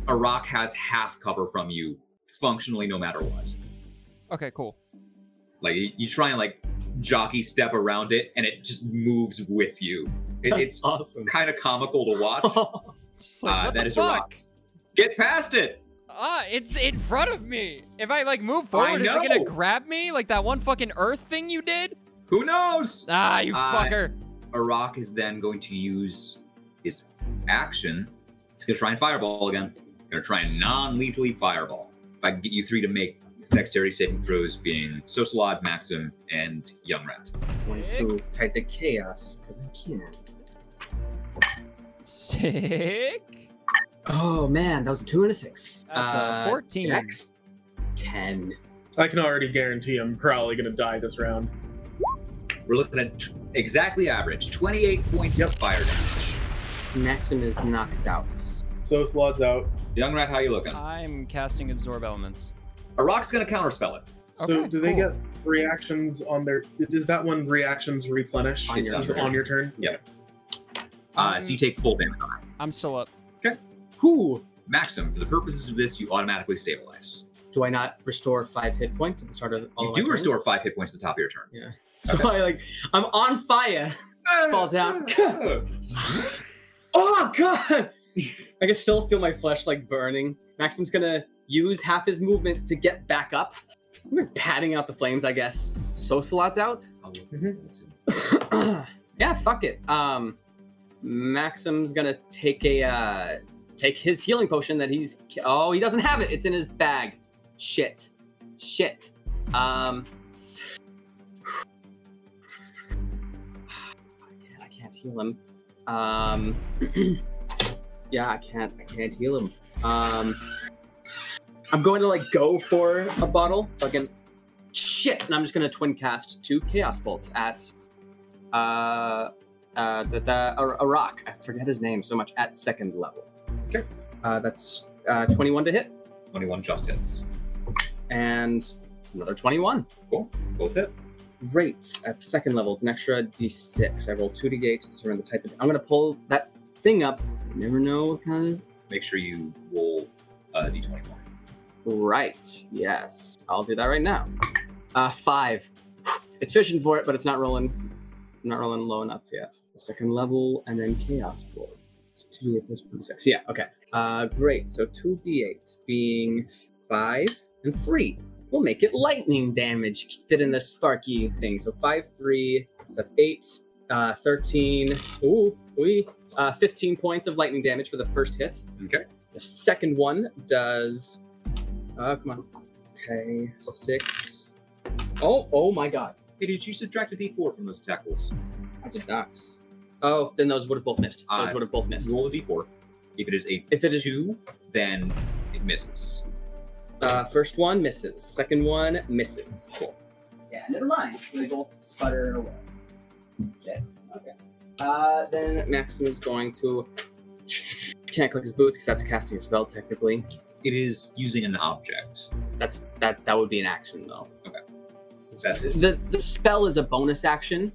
a rock has half cover from you, functionally, no matter what.
Okay, cool.
Like you, you try and like jockey step around it, and it just moves with you. It, it's
awesome.
kind of comical to watch.
Just like,
Uh,
what
that
the
is a
fuck?
rock. Get past it.
Ah, it's in front of me. If I like move forward, is it gonna
know.
grab me like that one fucking earth thing you did?
Who knows?
Ah, you
Uh,
fucker.
Arak is then going to use his action. He's gonna try and fireball again. Gonna try and non-lethally fireball. If I can get you three to make dexterity saving throws, being Sosalod, Maxim, and Young Rat.
One, two, try to chaos, because I can.
Sick.
Oh man, that was a two and a six.
That's uh, a
uh,
14.
Dex, ten.
I can already guarantee I'm probably gonna die this round.
We're looking at t- exactly average, 28 points
Yep.
of fire damage.
Maxim is knocked out.
So Slod's out.
Young Rat, how you looking?
I'm casting absorb elements.
Arak's gonna counterspell it.
So
Okay,
do they
cool.
get reactions on their? Is that when reactions replenish?
On your
Is
turn.
it on your turn.
Yep. Uh,
Mm.
so you take full damage on it.
I'm still up.
Who?
Maxim, for the purposes of this, you automatically stabilize.
Do I not restore five hit points at the start of all
You
of my
do
turns?
restore five hit points at the top of your turn.
(laughs) So I like, I'm on fire. (laughs) Fall down. oh god! I can still feel my flesh like burning. Maxim's gonna use half his movement to get back up. Like patting out the flames, I guess. Sosalot's out. Mm-hmm. (coughs) yeah, fuck it. Um, Maxim's gonna take a uh, take his healing potion that he's. Oh, he doesn't have it. It's in his bag. Shit. Shit. Um. (sighs) I can't heal him. Um. (clears throat) yeah, I can't. I can't heal him. Um. I'm going to like go for a bottle. Fucking shit. And I'm just gonna twin cast two chaos bolts at uh, uh, the, the a, a rock. I forget his name so much. At second level.
Okay.
Uh, that's uh, 21 to hit
21 just hits.
and another 21.
Both hit.
Great. At second level, it's an extra d6. I roll 2d8 to surrender the type of. I'm gonna pull that thing up. You never know what kind of.
Make sure you roll uh, d21.
Right. Yes. I'll do that right now. Uh, five. It's fishing for it, but it's not rolling. Not rolling low enough yet.
second level, and then chaos floor. It's 2d8 plus 1d6. Yeah, okay.
Uh, great. So 2d8 being 5 and 3. We'll make it lightning damage. Fit in the sparky thing. So 5, 3, so that's 8, uh, 13, ooh, ooh, uh, 15 points of lightning damage for the first hit.
Okay.
The second one does. Uh, come on. Okay, 6. Oh, oh my god.
Hey, did you subtract a d4 from those attack rolls?
I did not. Oh, then those would have both missed. Those
I-
would have both missed.
Roll a d4. If it is a
If it is-
two, then it misses.
Uh, first one misses. Second one misses. Cool.
Yeah, never mind.
They both sputter away. Okay. Okay. Uh, then Maxim's going to can't click his boots because that's casting a spell technically.
It is using an object.
That's that that would be an action though.
That's it.
The the spell is a bonus action.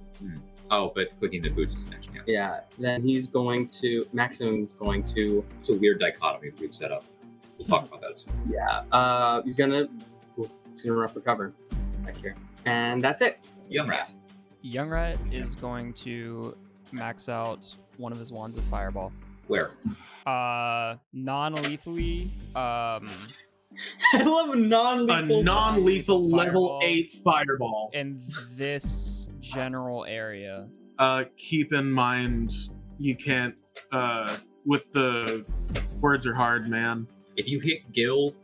Oh, but clicking the boots is an action. Yeah.
Yeah. Then he's going to Maxim's going to
It's a weird dichotomy we've set up. We'll talk about that. soon.
yeah. Uh, he's gonna he's gonna run for cover back here, and that's it.
Young rat.
Young Rat is going to max out one of his wands of fireball.
Where?
Uh, non-lethally. Um,
(laughs) I love
A
non-lethal.
non-lethal
Fireball.
level eight fireball.
in this general area.
Uh, keep in mind you can't. Uh, with the words are hard, man.
If you hit Gil,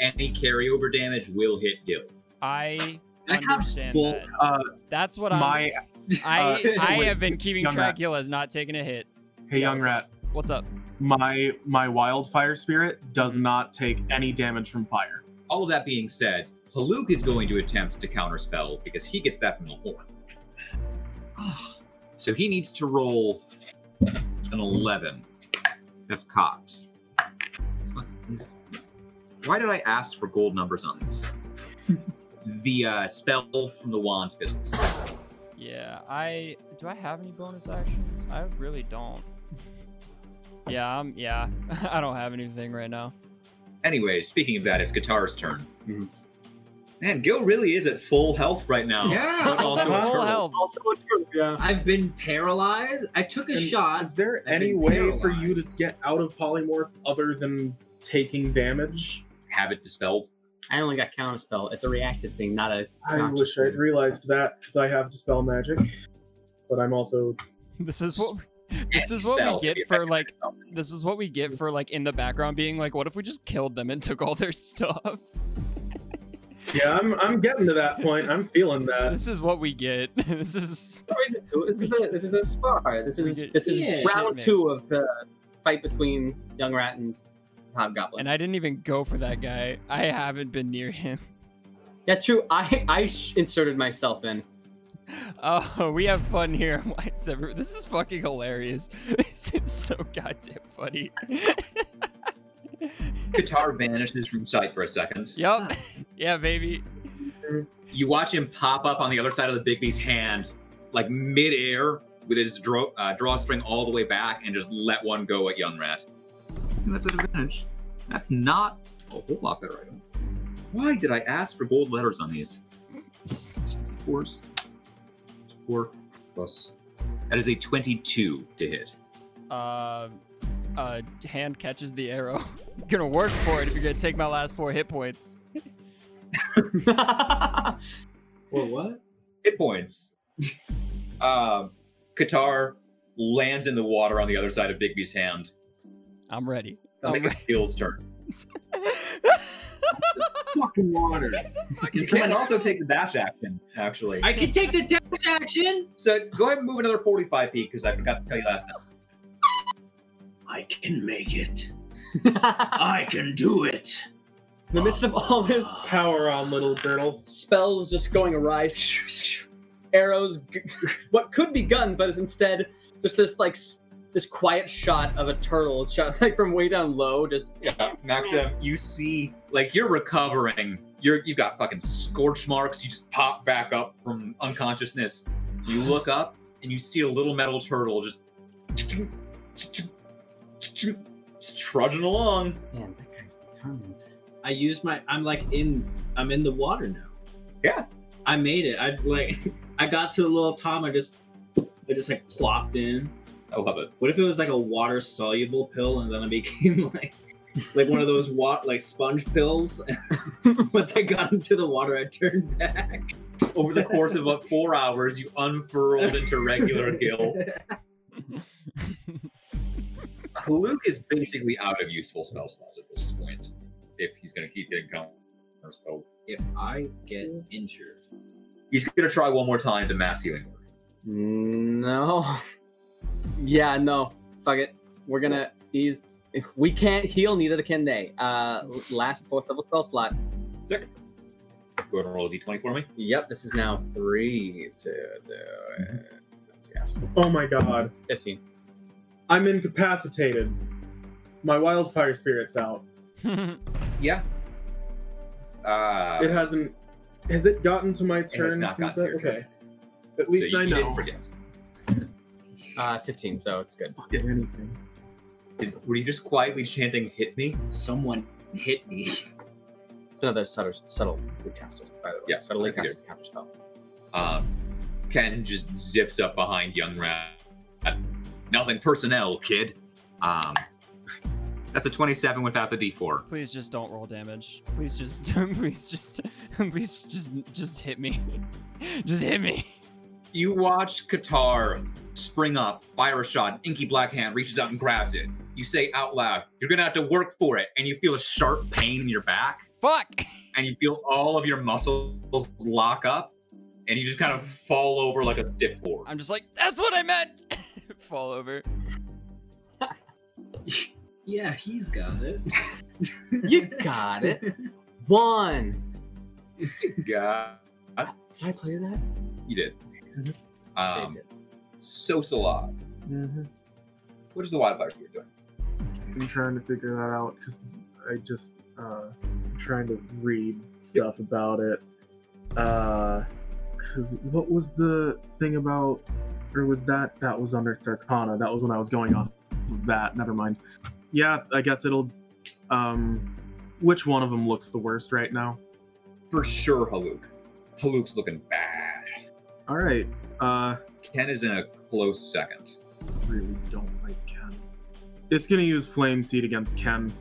any carryover damage will hit Gil.
I
I have
understand
full-
that.
Uh,
That's what
my
I'm. I
uh,
(laughs) I
wait,
have been keeping
young
track.
rat.
Gil has not taken a hit.
hey, young rat.
What's up?
My my wildfire spirit does not take any damage from fire.
All of that being said, Haluk is going to attempt to counterspell because he gets that from the horn. Ah, so he needs to roll an 11. That's caught. What is- Why did I ask for gold numbers on this? the uh, spell from the wand fizzles.
Yeah, I do. I have any bonus actions? I really don't. Yeah, I'm. Yeah, (laughs) I don't have anything right now.
Anyway, speaking of that, it's Guitar's turn.
Mhm.
Man, Gil really is at full health right now.
Yeah.
But also
Full
a turtle.
health.
Also, it's true, yeah.
I've been paralyzed. I took a
And
shot.
Is there
I've
any
been
way for you to get out of polymorph other than taking damage?
Have it dispelled.
I only got counter spell. It's a reactive thing, not a.
I
conscious
wish I'd
thing.
realized that because I have dispel magic, but I'm also
This is what. This
And
is what
dispel
we get
the
for
effect of
like.
dispel.
This is what we get for like in the background being like, what if we just killed them and took all their (laughs) stuff?
yeah. I'm I'm getting to that point. I'm feeling that.
This is what we get. (laughs) This is
This is a this is a spar. This is
We did-
this is
Yeah.
Shit
round
mixed.
two of the fight between Young Rat and Hobgoblin.
and I didn't even go for that guy. I haven't been near him. (laughs)
yeah, true. I I sh- inserted myself in.
Oh, we have fun here. (laughs) Why is every- This is fucking hilarious. (laughs) This is so goddamn funny. (laughs)
Guitar vanishes from sight for a second.
Yup. Yeah, baby.
You watch him pop up on the other side of the Bigby's hand, like midair, with his draw, uh, drawstring all the way back, and just let one go at Young Rat. That's an advantage. That's not a whole lot better, I don't think. Why did I ask for gold letters on these? Fours. Four plus. That is a 22 to hit.
Uh, uh, hand catches the arrow. (laughs) gonna work for it if you're gonna take my last four hit points.
For what?
hit points. (laughs) um, Qatar lands in the water on the other side of Bigby's hand.
I'm ready. (laughs)
That'll make
Alright.
it Gil's turn.
Fucking water.
You can also take the dash action, actually.
I can take the dash action.
so go ahead and move another 45 feet because I forgot to tell you last time.
I can make
(laughs)
it. I can do it.
In the midst
of all this
Power on, little girdle.
spells just going awry, arrows, g- (laughs) what could be gun, but is instead just this like s- this quiet shot of a turtle shot (laughs) like from way down low. Just
Yeah, Maxim, you see, like you're recovering. You're you've got fucking scorch marks. You just pop back up from unconsciousness. You look up and you see a little metal turtle just just trudging along.
man, that guy's determined.
I use my. I'm like in. I'm in the water now.
Yeah.
(laughs) I made it. I like. I got to the little Tom. I just. it just like plopped in.
I love it.
What if it was like a water soluble pill and then I became (laughs) like like one of those wat like sponge pills? (laughs) Once I got into the water, I turned back.
Over the course of about four hours, you unfurled into
(laughs)
regular Gil. Luke is basically out of useful spell slots at this point. If he's going to keep getting counter spell,
If I get injured,
he's going to try one more time to mass healing word.
No. (laughs) Yeah, no. Fuck it. We're gonna. He's. If we can't heal, neither can they. Uh, last fourth level spell slot.
Second. Go ahead and roll a d20 for me.
Yep, this is now three to do. Yes,
Oh my god.
fifteen.
I'm incapacitated. My wildfire spirit's out.
Yeah. Uh,
It hasn't. Has it gotten to my
has
turn
not
since I,
gotten to your
Okay.
turn.
At least
so
I
you Didn't
know.
forget.
Uh, fifteen. So it's good.
Fucking anything.
Did- were you just quietly chanting "Hit me"?
someone hit me.
It's another subtle, subtle recasted. By the way,
Yeah,
subtly
I figured.
casted counter spell.
Um, Ken just zips up behind young Rat. Nothing personnel, kid. Um, (laughs) that's a 27 without the D4.
Please just don't roll damage. Please just, (laughs) please just, please just, just hit me. (laughs) Just hit me.
You watch Qatar spring up, fire a shot. Inky Black Hand reaches out and grabs it. You say out loud, "You're gonna have to work for it," and you feel a sharp pain in your back.
Fuck.
and you feel all of your muscles lock up and you just kind of fall over like a stiff board.
I'm just like, that's what I meant. (laughs) Fall over.
Yeah, he's got it.
You got it. One.
God.
Did I play that?
You did.
Mhm.
Um,
Saved it.
so Salah,
Mm-hmm.
what is the wildfire spirit doing?
I'm trying to figure that out because I just uh, I'm trying to read stuff about it. Because what was the thing about, or was that that was under Tarkana? That was when I was going off of that. Never mind. Yeah, I guess it'll. Um, which one of them looks the worst right now?
For sure, Haluk. Haluk's looking bad.
All right. Uh,
Ken is in a close second.
really don't like Ken. It's gonna use flame seed against Ken.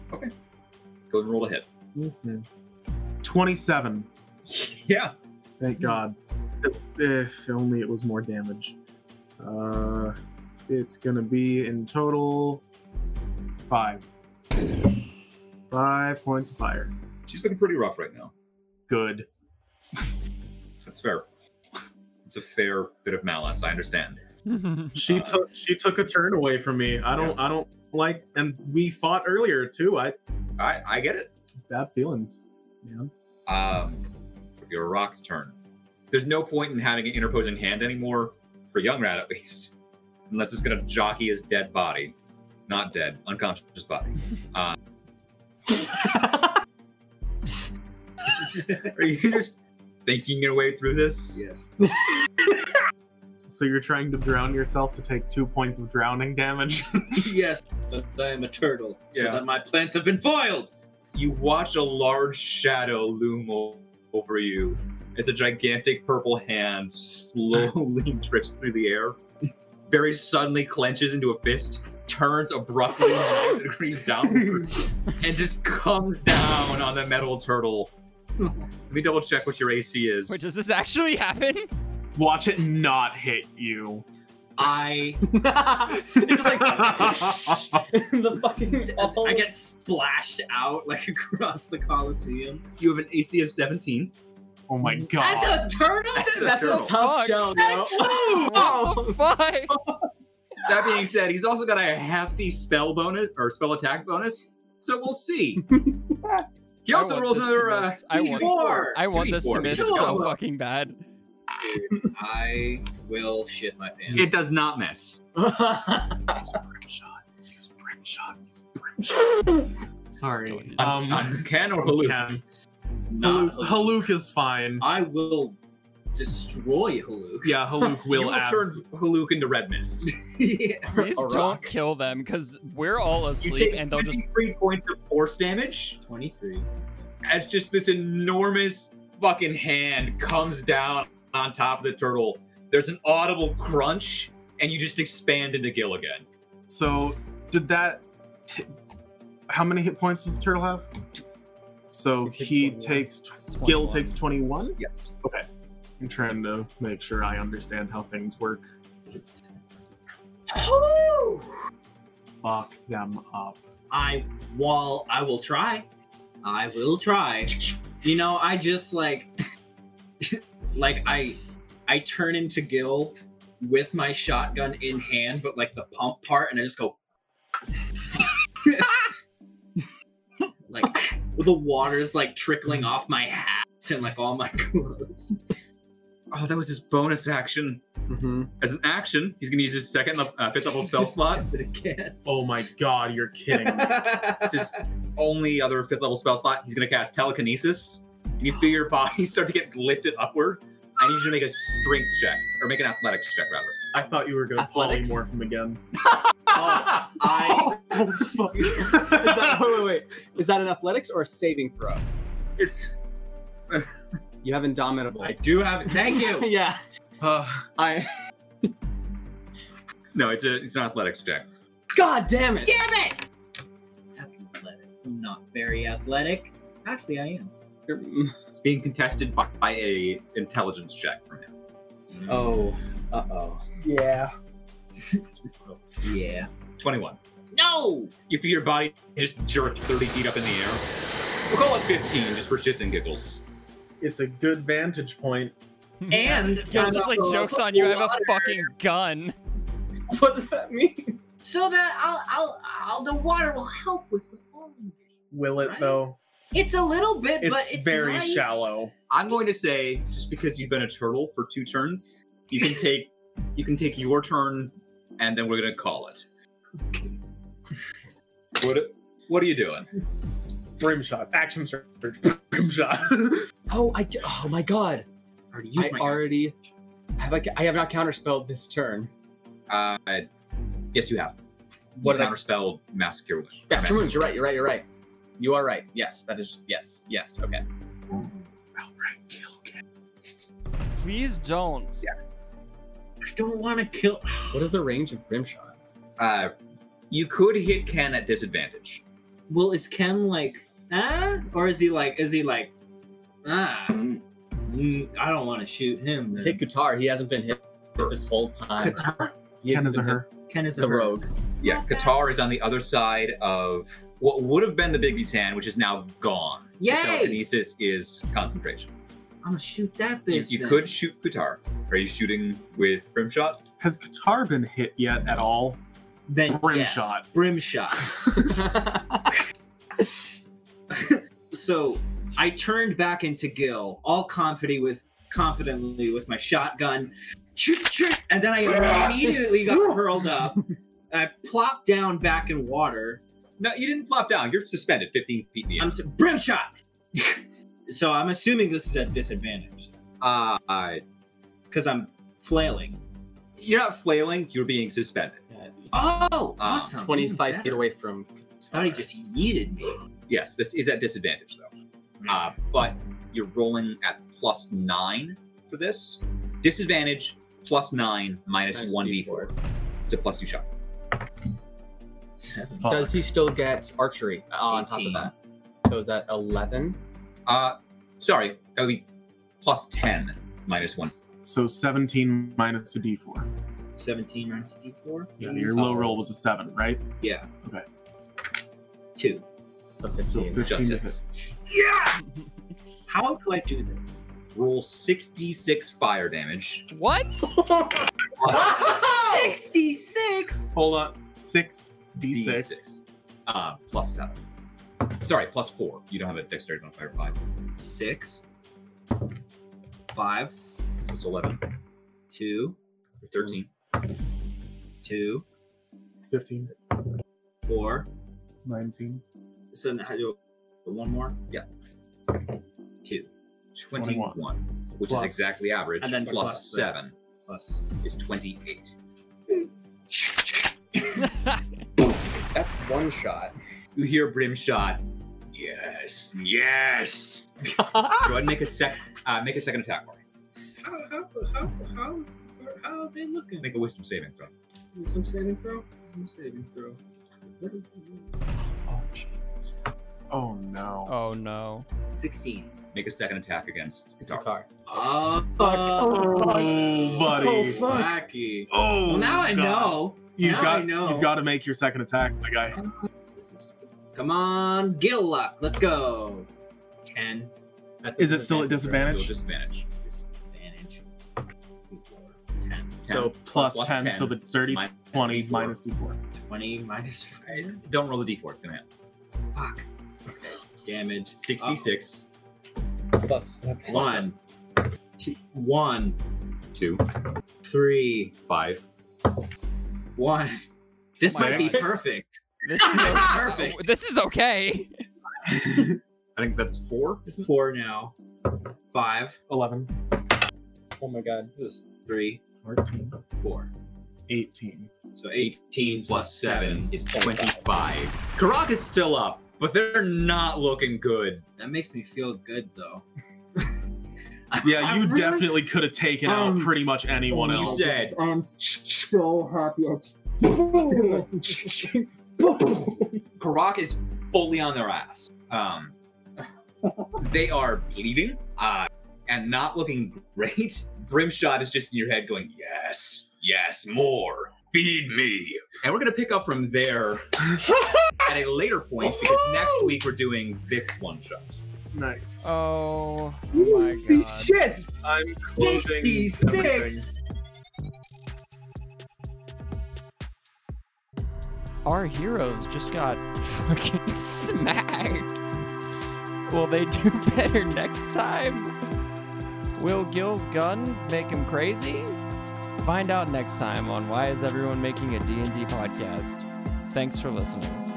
Go and roll a hit. (laughs)
Twenty-seven.
Yeah.
Thank God. If, if only it was more damage. Uh, it's gonna be in total five. Five points of fire.
She's looking pretty rough right now.
Good.
That's fair. It's a fair bit of malice, I understand.
(laughs) She
Uh,
took she took a turn away from me. I don't I don't like and we fought earlier too. I
I, I get it.
bad feelings, man.
Um, your rock's turn. There's no point in having an interposing hand anymore, for Young Rat at least, unless it's going to jockey his dead body. Not dead, unconscious body. Uh, are you just thinking your way through this?
Yes.
So you're trying to drown yourself to take two points of drowning damage. (laughs)
yes, but I am a turtle, so
Yeah.
that my plans have been foiled.
You watch a large shadow loom o- over you as a gigantic purple hand slowly (laughs) drifts through the air, very suddenly clenches into a fist, turns abruptly
(laughs)
90 degrees downward, and just comes down on the metal turtle. Let me double check what your AC is.
Wait, does this actually happen?
Watch it not hit you.
(laughs) I
it's
(laughs)
like (laughs) the fucking.
I get splashed out like (laughs) across the coliseum.
you have an AC of 17.
Oh my
As
god.
a turtle,
That's a
That's a
turtle.
Fuck.
tough show.
that's
yo.
who?
What the fuck?
That being said, he's also got a hefty spell bonus or spell attack bonus, so we'll see. He
I
also
want
rolls
this to
another uh,
miss. I want-
D4.
I want this to
D4.
miss
Kill
so
him.
fucking bad.
(laughs)
I will shit my pants.
It does not miss.
Sorry.
Um,
Um
Ken or Haluk?
Ken.
Not
Haluk,
Haluk.
Haluk is fine.
I will destroy Haluk.
Yeah, Haluk
you
will
will
abs-
turn Haluk into red mist.
(laughs)
Yeah.
Please
A
don't
rock.
kill them, because we're all
You
asleep
take
and they'll just
53 points of force damage
23.
as just this enormous fucking hand comes down on top of the turtle. There's an audible crunch and you just expand into Gill again.
So, did that? T- how many hit points does the turtle have? So
He takes 21.
he takes. Tw- Gil
21.
takes twenty-one.
Yes.
I'm trying to make sure I understand how things work. Fuck them up.
I will. I will try. I will try. You know, I just like, (laughs) like I, I turn into Gil with my shotgun in hand, but like the pump part, and I just go, (laughs) like the water's like trickling off my hat and like all my clothes.
Oh, that was his bonus action.
Mm-hmm.
Mhm.
As an action, he's going to use his second le- uh, fifth level
(laughs)
spell slot.
Does it again.
Oh my god, you're kidding me.
It's his only other fifth level spell slot. He's going to cast telekinesis, and you feel your body (laughs) start to get lifted upward. I need you to make a strength check, or make an athletics check rather.
I thought you were going to
Athletics?
polymorph him again.
Oh,
(laughs)
I
(laughs) Is that- wait, wait, wait. Is that an athletics or a saving throw?
It's
You have indomitable. (laughs)
(laughs)
I do have. Thank you.
yeah.
(laughs) Uh,
I.
no, it's a it's an athletics check.
God damn it.
Damn it! Athletics. I'm not very athletic. Actually, I am.
mm,
It's being contested by, by a intelligence check from him. (laughs)
Oh. Uh oh.
Yeah.
Yeah.
Twenty-one.
No!
You feel your body just jerked thirty feet up in the air. We'll call it fifteen, just for shits and giggles.
it's a good vantage point.
And
(laughs)
Gil just like jokes on you. I have a fucking gun.
(laughs) What does that mean?
so that I'll, I'll, I'll, the water will help with the falling.
Will it
Right.
though?
It's a little bit,
It's,
but it's
very
nice.
shallow.
I'm going to say, just because you've been a turtle for two turns, you can take you can take your turn, and then we're gonna call it. What What are you doing?
Brim shot. Action search. (laughs) Brim shot.
Oh, I. Oh my god. I already.
used my
already have I, I have not counterspelled this turn.
Uh, yes, you have.
What did I?
counter spell massacre wish?
That's true. You're right. You're right. You're right. You are right. Yes. That is. Yes. Yes. Okay.
Please don't.
I don't want to kill.
What is the range of Grimshot?
Uh, you could hit Ken at disadvantage.
Well, is Ken like, ah? Or is he like, is he like, ah? mm, I don't want to shoot him. then.
Take guitar. He hasn't been hit this whole time. He
(laughs) Ken
hasn't
is a
been hit-
her.
Ken is a
The
her.
rogue.
Yeah,
Okay.
Qatar is on the other side of what would have been the Bigby's hand, which is now gone. The
Yay!
Telekinesis is concentration.
I'm gonna shoot that
You,
bitch.
you
then.
could shoot Qatar. Are you shooting with Brimshot?
Has Qatar been hit yet at all?
then
Brim
yes,
shot.
Brim shot. (laughs) so I turned back into Gil, all confident with confidently with my shotgun, Chirp, chirp, and then I immediately got hurled up. I plopped down back in water.
No, you didn't flop down. You're suspended 15 feet in the
I'm
air.
s- brim shot. (laughs) so I'm assuming this is at disadvantage
Uh, uh,
because I'm flailing.
you're not flailing. You're being suspended.
Oh, awesome! Even
25 Uh, feet
better.
away from.
Thought he just yeeted me.
Yes, this is at disadvantage
Hmm.
though. Uh, but you're rolling at plus nine for this. Disadvantage plus nine minus
Nice
one d4. It's a plus two shot.
Seven.
Does he still get archery uh, on top of
18.
that? So is that 11?
Uh, sorry, that would be plus ten minus one.
So 17 minus a d4.
17 minus d4.
Yeah, your low roll was a 7, right?
Yeah.
Okay.
Two.
So
So
15.
15 to hit.
Justice.
Yes! How do I do this?
Roll sixty-six fire damage. (laughs)
What? (laughs)
66!
Hold on. 6 d6.
D6. Uh, plus seven. Sorry, plus four. You don't have a dexterity modifier of five,
Six. Five.
so it's eleven
Two.
or thirteen.
Two.
15,
Four.
19,
So now I do one more.
Yeah.
Two.
21, which
Plus-
is exactly average,
and then
plus
plus the-
7
Plus.
is 28.
That's one shot.
You hear Brimshot, yes,
(laughs)
yes! Go ahead and make a, sec- uh, make a second attack for me.
How, how, how, how,
how are they looking? Make a wisdom saving throw.
Some saving throw. Some saving throw.
Oh, jeez. Oh, no.
Oh no.
Sixteen.
Make a second attack against Guitar.
Guitar.
Oh,
Oh, buddy.
wacky.
Oh,
Well, now I
God.
know.
You've
now
got,
I know.
you've got to make your second attack, my guy.
This is- Come on, Gill Luck. Let's go. Ten.
That's
Is it still at
Still
disadvantage?
disadvantage.
Disadvantage. Please lower. Ten.
So
10.
plus,
Plus
10, so
10,
the dirty
minus
20
D4.
minus d4.
Twenty minus five.
Don't roll the d4. It's gonna hit.
Fuck. Okay. Damage.
66,
plus
One. Two. One.
2,
Three.
5.
One. This might be
Six.
perfect.
This is,
perfect.
this is
(laughs)
okay.
I think that's 4.
This is four now. Five.
11,
Oh my god. This is three.
14,
Four.
18.
So 18
plus 7 is 25. Karak is still up, but they're not looking good.
That makes me feel good
(laughs)
though.
Yeah,
I'm
you
really-
definitely could have taken out
Um,
pretty much anyone
you
else.
said- Dead.
I'm so happy. (laughs)
Karak is fully on their ass. Um, they are bleeding uh, and not looking great. Brimshot is just in your head going, yes, yes, more. Feed me. And we're going to pick up from there at a later point because next week we're doing Vic's one shot.
Nice.
Oh my god.
Shit!
I'm closing everything.
66!
Our heroes just got (laughs) fucking smacked. Will they do (laughs) better next time? Will Gil's gun make him crazy? Find out next time on Why Is Everyone Making a D&D Podcast. Thanks for listening.